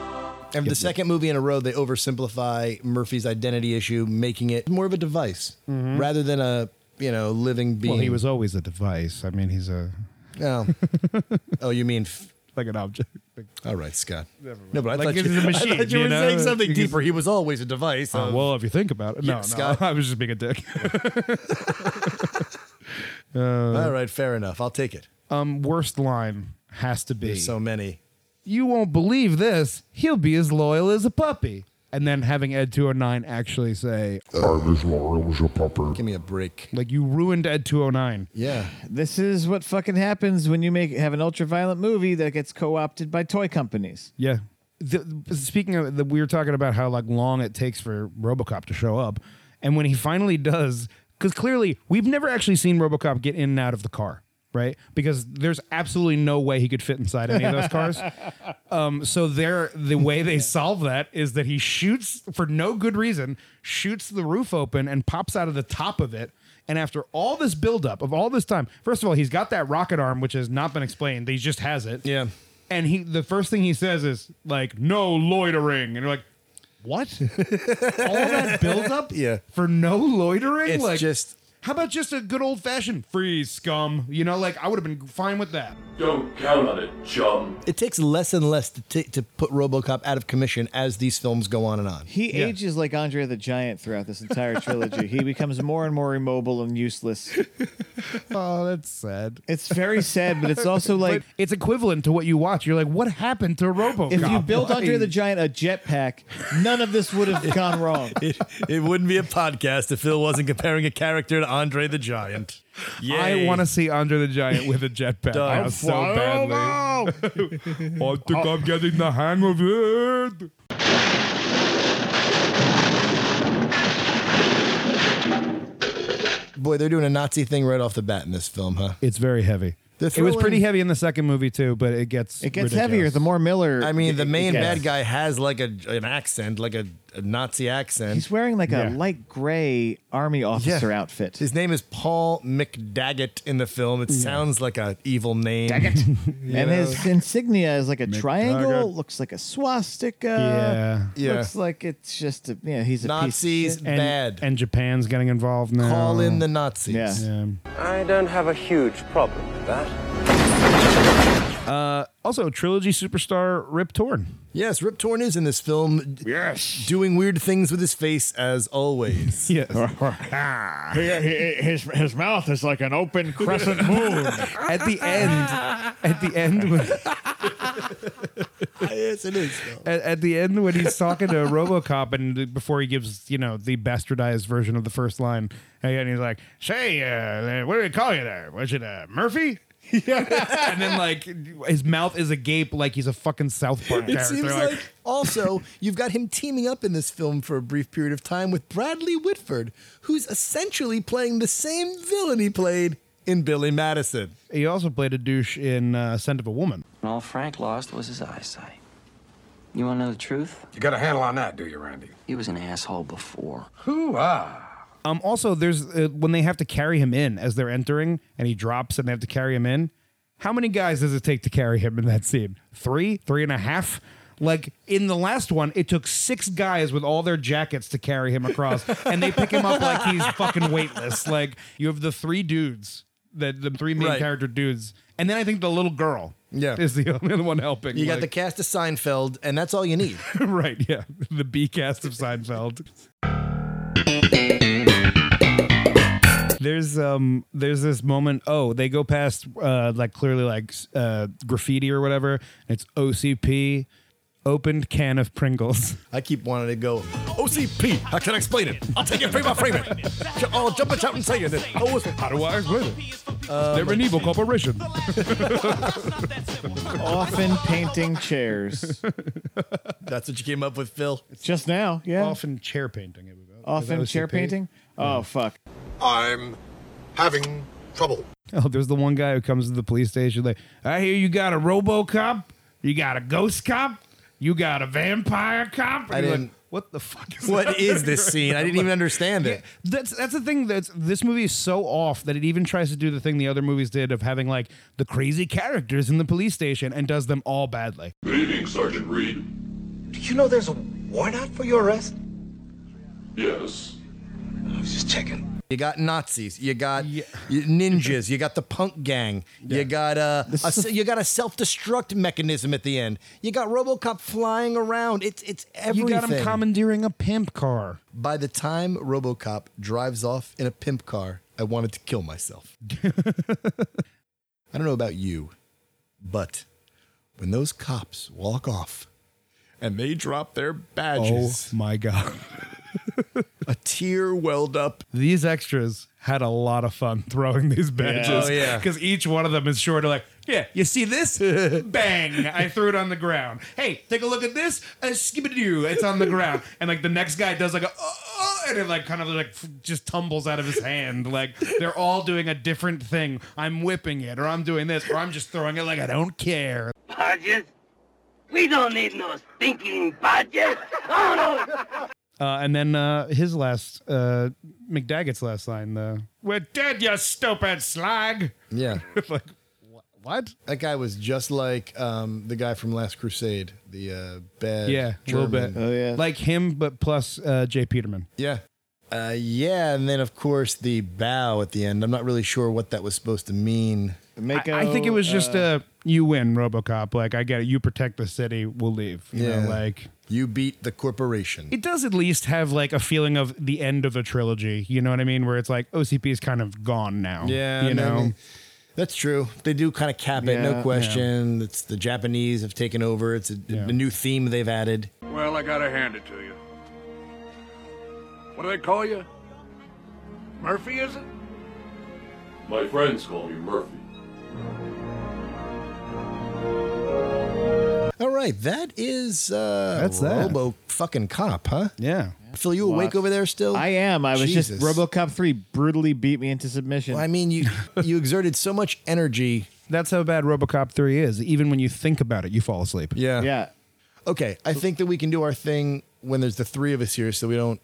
Speaker 2: And the second movie in a row, they oversimplify Murphy's identity issue, making it more of a device rather than a you know living being.
Speaker 3: Mm-hmm. Well, he was always a device. I mean, he's a
Speaker 2: Oh, oh you mean. F-
Speaker 3: like an object.
Speaker 2: all right, Scott. No, but I thought
Speaker 3: Like he's
Speaker 2: you,
Speaker 3: a machine,
Speaker 2: I thought you, Uh-huh.
Speaker 3: you
Speaker 2: were
Speaker 3: know?
Speaker 2: saying something
Speaker 3: He's-
Speaker 2: deeper. He was always a device.
Speaker 3: Uh,
Speaker 2: of-
Speaker 3: well, if you think about it,
Speaker 2: Yeah,
Speaker 3: no, no,
Speaker 2: Scott.
Speaker 3: I was just being a dick. uh,
Speaker 2: all right, fair enough. I'll take it.
Speaker 3: Um, worst line has to be
Speaker 2: There's so many.
Speaker 3: you won't believe this. He'll be as loyal as a puppy. And then having Ed 209 actually say,
Speaker 10: I'm as loyal as a puppy.
Speaker 2: Give me a break.
Speaker 3: like, you ruined Ed 209.
Speaker 2: Yeah.
Speaker 4: This is what fucking happens when you make have an ultra violent movie that gets co opted by toy companies.
Speaker 3: Yeah. The, speaking of, the, we were talking about how like long it takes for RoboCop to show up, And when he finally does, because clearly we've never actually seen Robocop get in and out of the car, right? Because there's absolutely no way he could fit inside any of those cars. Um, so there, the way they solve that is that he shoots for no good reason, shoots the roof open and pops out of the top of it. And after all this buildup of all this time, first of all, he's got that rocket arm, which has not been explained. He just has it.
Speaker 2: Yeah.
Speaker 3: And he, the first thing he says is like, "No loitering," and you're like, "What?" all that buildup
Speaker 2: Yeah.
Speaker 3: for no loitering.
Speaker 2: It's
Speaker 3: like,
Speaker 2: just-
Speaker 3: how about just a good old fashioned freeze, scum? You know, like I would have been fine with that.
Speaker 6: Don't count on it, chum.
Speaker 2: It takes less and less to, t- to put RoboCop out of commission as these films go on and on.
Speaker 4: He ages like Andre the Giant throughout this entire trilogy. he becomes more and more immobile and useless.
Speaker 3: Oh, that's sad.
Speaker 4: It's very sad, but it's also like
Speaker 3: it's equivalent to what you watch. You're like, what happened to RoboCop?
Speaker 4: If you built
Speaker 3: Why?
Speaker 4: Andre the Giant a jetpack, none of this would have gone wrong.
Speaker 2: it, it wouldn't be a podcast if Phil wasn't comparing a character to Andre the Giant.
Speaker 3: I want to see Andre the Giant with a jetpack
Speaker 2: Done.
Speaker 3: now so badly. I think I'm getting the hang of it.
Speaker 2: Boy, they're doing a Nazi thing right off the bat in this film, huh?
Speaker 3: It's very heavy.
Speaker 2: The
Speaker 3: It was
Speaker 2: thrilling-
Speaker 3: pretty heavy in the second movie too, but it gets
Speaker 4: It gets
Speaker 3: ridiculous.
Speaker 4: heavier the more Miller.
Speaker 2: I mean, the main
Speaker 4: gets.
Speaker 2: bad guy has like a an accent, like a, a Nazi accent.
Speaker 4: He's wearing like a
Speaker 2: Yeah.
Speaker 4: light gray army officer outfit.
Speaker 2: His name is Paul McDaggett in the film. It sounds like a evil name.
Speaker 4: Daggett. and his
Speaker 2: his
Speaker 4: insignia is like a triangle,
Speaker 2: Duggan.
Speaker 4: looks like a swastika.
Speaker 3: Yeah.
Speaker 2: Yeah.
Speaker 4: Looks like it's just a yeah, he's a
Speaker 2: Nazis
Speaker 4: piece of shit.
Speaker 2: bad.
Speaker 3: And Japan's getting involved now.
Speaker 2: Call in the Nazis.
Speaker 4: Yeah.
Speaker 9: I don't have a huge problem with that.
Speaker 3: Uh, also, trilogy superstar Rip Torn.
Speaker 2: Yes, Rip Torn is in this film.
Speaker 9: Yes.
Speaker 2: Doing weird things with his face as always.
Speaker 3: yes.
Speaker 2: Ah.
Speaker 11: his, his mouth is like an open crescent moon.
Speaker 3: At the end, at the end, when,
Speaker 2: yes, it is.
Speaker 3: at, at the end when he's talking to RoboCop, and before he gives you know the bastardized version of the first line, and he's like, "Say, uh, what do we call you there? Was it uh, Murphy?" Yeah. and then like his mouth is agape, like he's a fucking South Park
Speaker 2: It
Speaker 3: character.
Speaker 2: seems
Speaker 3: like,
Speaker 2: like, also you've got him teaming up in this film for a brief period of time with Bradley Whitford, who's essentially playing the same villain he played in Billy Madison.
Speaker 3: he also played a douche in uh, "Scent of a Woman."
Speaker 12: And all Frank lost was his eyesight. You want to know the truth?
Speaker 21: You got a handle on that, do you, Randy?
Speaker 12: He was an asshole before.
Speaker 21: Who ah?
Speaker 3: Um, also, there's uh, when they have to carry him in as they're entering, and he drops, and they have to carry him in. How many guys does it take to carry him in that scene? Three, three and a half. Like in the last one, it took six guys with all their jackets to carry him across, and they pick him up like he's fucking weightless. Like you have the three dudes that the three main
Speaker 2: Right.
Speaker 3: character dudes, and then I think the little girl
Speaker 2: Yeah.
Speaker 3: is the only one helping.
Speaker 2: You got the
Speaker 3: Like-
Speaker 2: cast of Seinfeld, and that's all you need.
Speaker 3: right, yeah, the B cast of Seinfeld. There's um there's this moment oh they go past uh like clearly like s- uh graffiti or whatever and it's OCP opened can of Pringles.
Speaker 2: I keep wanting to go OCP. I can explain it. I'll take it frame by frame it. I'll jump and shout and say it. Oh, it's-
Speaker 3: How do I explain it? They're an evil corporation.
Speaker 4: Often painting chairs.
Speaker 2: That's what you came up with, Phil.
Speaker 4: Just now, yeah.
Speaker 3: Often chair painting. it was-
Speaker 4: Often
Speaker 3: was
Speaker 4: chair
Speaker 3: OCP.
Speaker 4: painting. Oh fuck.
Speaker 18: I'm having trouble.
Speaker 3: Oh, there's the one guy who comes to the police station like, I hear you got a RoboCop, you got a ghost cop, you got a vampire cop. And
Speaker 2: I
Speaker 3: you're like,
Speaker 2: didn't-
Speaker 3: what the fuck is
Speaker 2: What
Speaker 3: that?"
Speaker 2: is this scene? I didn't even understand it.
Speaker 3: That's that's the thing that's this movie is so off that it even tries to do the thing the other movies did of having like the crazy characters in the police station and does them all badly.
Speaker 6: Good evening, Sergeant Reed.
Speaker 5: Do you know there's a warrant out for your arrest?
Speaker 6: Yes.
Speaker 5: I was just checking.
Speaker 2: You got Nazis. You got you- ninjas. You got the punk gang. You got uh, a,
Speaker 4: is-
Speaker 2: se- you got a self destruct mechanism at the end. You got RoboCop flying around. It's it's everything.
Speaker 3: You got him commandeering a pimp car.
Speaker 2: By the time RoboCop drives off in a pimp car, I wanted to kill myself. I don't know about you, but when those cops walk off and they drop their badges,
Speaker 3: Oh my god. Oh.
Speaker 2: a tear welled up.
Speaker 3: These extras had a lot of fun throwing these badges.
Speaker 2: Oh, yeah.
Speaker 3: Because each one of them is short of like, yeah, you see this? Bang. I threw it on the ground. Hey, take a look at this. Uh, skip it It's on the ground. And like the next guy does like a, oh, oh, and it like kind of like f- just tumbles out of his hand. Like they're all doing a different thing. I'm whipping it, or I'm doing this, or I'm just throwing it like I don't care.
Speaker 13: Podges? We don't need no stinking podges. Oh, no.
Speaker 3: Uh, and then uh, his last, uh, McDaggett's last line, though. We're dead, you stupid slag.
Speaker 2: Yeah.
Speaker 3: like, wh- what?
Speaker 2: That guy was just like um, the guy from Last Crusade, the uh, bad.
Speaker 3: yeah, a little bit.
Speaker 2: German.
Speaker 4: Oh,
Speaker 3: Like him, but plus uh, Jay Peterman.
Speaker 2: Yeah. Uh, yeah, and then of course the bow at the end. I'm not really sure what that was supposed to mean.
Speaker 3: I, I think it was just
Speaker 4: uh,
Speaker 2: uh,
Speaker 3: a you win, RoboCop. Like I get it. You protect the city. We'll leave. You know, like
Speaker 2: you beat the corporation.
Speaker 3: it does at least have like a feeling of the end of a trilogy. You know what I mean? Where it's like OCP is kind of gone now. you
Speaker 2: and I
Speaker 3: know.
Speaker 2: mean, that's true. They do kind of cap it,
Speaker 3: Yeah,
Speaker 2: no
Speaker 3: yeah.
Speaker 2: question. It's the Japanese have taken over. It's a, a new theme they've added.
Speaker 25: Well, I gotta hand it to you. What do they call you? Murphy, is it?
Speaker 6: My friends call me Murphy.
Speaker 2: All right, that is uh,
Speaker 6: That's that.
Speaker 2: Robo fucking cop, huh?
Speaker 3: Yeah.
Speaker 2: Phil, you awake over there still?
Speaker 4: I am. I was
Speaker 2: Jesus.
Speaker 4: just RoboCop three brutally beat me into submission.
Speaker 2: I mean, you you exerted so much energy.
Speaker 3: That's how bad RoboCop three is. Even when you think about it, you fall asleep.
Speaker 2: Yeah. Okay, I think that we can do our thing when there's the three of us here, so we don't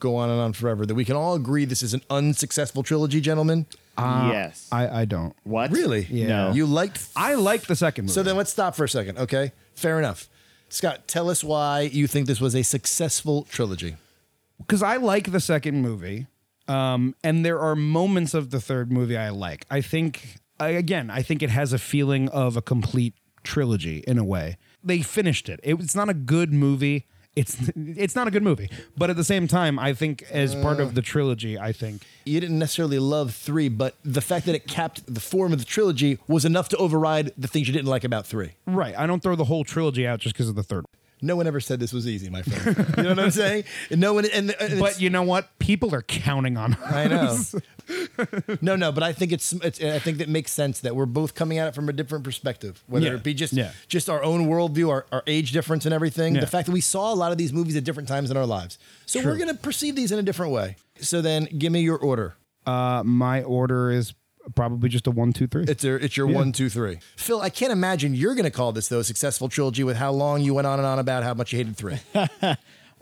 Speaker 2: go on and on forever. That we can all agree this is an unsuccessful trilogy, gentlemen.
Speaker 3: Uh, I, I don't.
Speaker 4: What?
Speaker 2: Really?
Speaker 3: Yeah. No.
Speaker 2: You liked?
Speaker 3: I liked the second
Speaker 2: So then let's stop for a second. Okay. Fair enough. Scott, tell us why you think this was a successful trilogy.
Speaker 3: because I like the second movie, um, and there are moments of the third movie I like. I think I, again, I think it has a feeling of a complete trilogy in a way. They finished it. it it's not a good movie. It's it's not a good movie, but at the same time, I think as part of the trilogy, I think
Speaker 2: You didn't necessarily love three, but the fact that it capped the form of the trilogy was enough to override the things you didn't like about three.
Speaker 3: right. I don't throw the whole trilogy out just because of the third.
Speaker 2: No one ever said this was easy, my friend. You know what I'm saying? And no one. And, and
Speaker 3: But you know what? People are counting on.
Speaker 2: I know.
Speaker 3: us.
Speaker 2: no, no, but I think it's, it's I think that makes sense that we're both coming at it from a different perspective, whether
Speaker 3: Yeah.
Speaker 2: it be just
Speaker 3: Yeah.
Speaker 2: just our own worldview, our, our age difference, and everything.
Speaker 3: Yeah.
Speaker 2: The fact that we saw a lot of these movies at different times in our lives, so
Speaker 3: True.
Speaker 2: we're going to perceive these in a different way. So then, give me your order.
Speaker 3: Uh, my order is probably just a one, two, three.
Speaker 2: It's your it's your
Speaker 3: Yeah.
Speaker 2: one, two, three. Phil, I can't imagine you're going to call this though a successful trilogy with how long you went on and on about how much you hated three.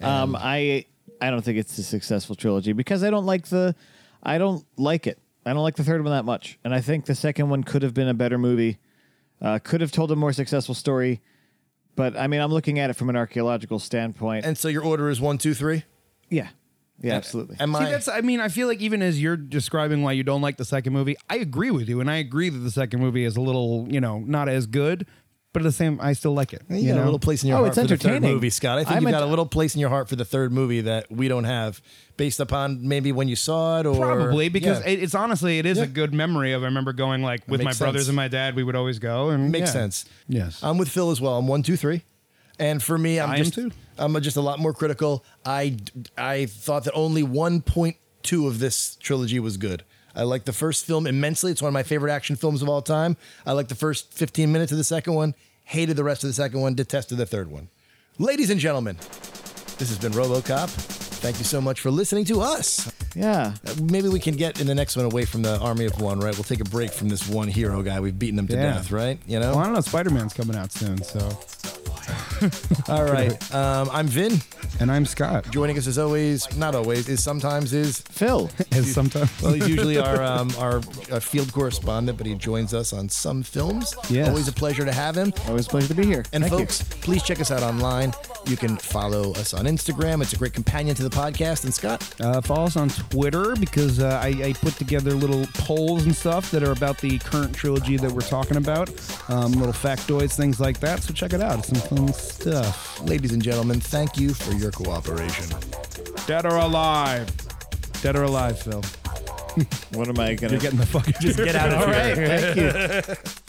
Speaker 4: Um, I I don't think it's a successful trilogy because I don't like the I don't like it. I don't like the third one that much, and I think the second one could have been a better movie, uh, could have told a more successful story. But I mean, I'm looking at it from an archaeological standpoint.
Speaker 2: and so your order is one, two, three.
Speaker 4: Yeah, yeah, absolutely.
Speaker 2: Am
Speaker 3: See,
Speaker 2: I?
Speaker 3: that's. I mean, I feel like even as you're describing why you don't like the second movie, I agree with you, and I agree that the second movie is a little, you know, not as good. But at the same, I still like it.
Speaker 2: You, got a little place in your
Speaker 4: Oh,
Speaker 2: heart
Speaker 4: it's
Speaker 2: for the third
Speaker 4: entertaining.
Speaker 2: movie, Scott. I think
Speaker 4: I
Speaker 2: you've
Speaker 4: meant-
Speaker 2: got a little place in your heart for the third movie that we don't have, based upon maybe when you saw it or
Speaker 3: Probably because
Speaker 2: Yeah.
Speaker 3: it, it's honestly it is a good memory of I remember going like with my
Speaker 2: makes
Speaker 3: brothers
Speaker 2: sense.
Speaker 3: and my dad we would always go and
Speaker 2: makes
Speaker 3: yeah.
Speaker 2: sense. Um,
Speaker 3: Yes.
Speaker 2: I'm with Phil as well. I'm one, two, three. And for me, I'm
Speaker 3: I am
Speaker 2: just
Speaker 3: too.
Speaker 2: I'm just a lot more critical. I I thought that only 1.2 of this trilogy was good. I like the first film immensely. It's one of my favorite action films of all time. I like the first 15 minutes of the second one. Hated the rest of the second one. Detested the third one. Ladies and gentlemen, this has been RoboCop. Thank you so much for listening to us.
Speaker 4: Yeah.
Speaker 2: Maybe we can get in the next one away from the army of one, right? We'll take a break from this one hero guy. We've beaten him to
Speaker 3: Yeah.
Speaker 2: death, right? You know?
Speaker 3: Well, I don't know. Spider Man's coming out soon, so
Speaker 2: All right. Um, I'm Vin.
Speaker 3: and I'm Scott.
Speaker 2: Joining us as always, not always, is sometimes is
Speaker 4: Phil.
Speaker 3: As sometimes,
Speaker 2: Well, he's usually our um, our uh, field correspondent, but he joins us on some films.
Speaker 4: Yes.
Speaker 2: Always a pleasure to have him.
Speaker 4: Always a pleasure to be here.
Speaker 2: And
Speaker 4: Thank you.
Speaker 2: folks, please check us out online. You can follow us on Instagram. It's a great companion to the podcast. And Scott,
Speaker 3: Uh, follow us on Twitter because uh, I, I put together little polls and stuff that are about the current trilogy that we're talking about, um, little factoids, things like that. So check it out. It's some fun stuff.
Speaker 2: ladies and gentlemen, thank you for your cooperation.
Speaker 3: Dead or alive? Dead or alive, Phil?
Speaker 4: What am I gonna?
Speaker 3: You're getting the fucking.
Speaker 4: All right, thank you.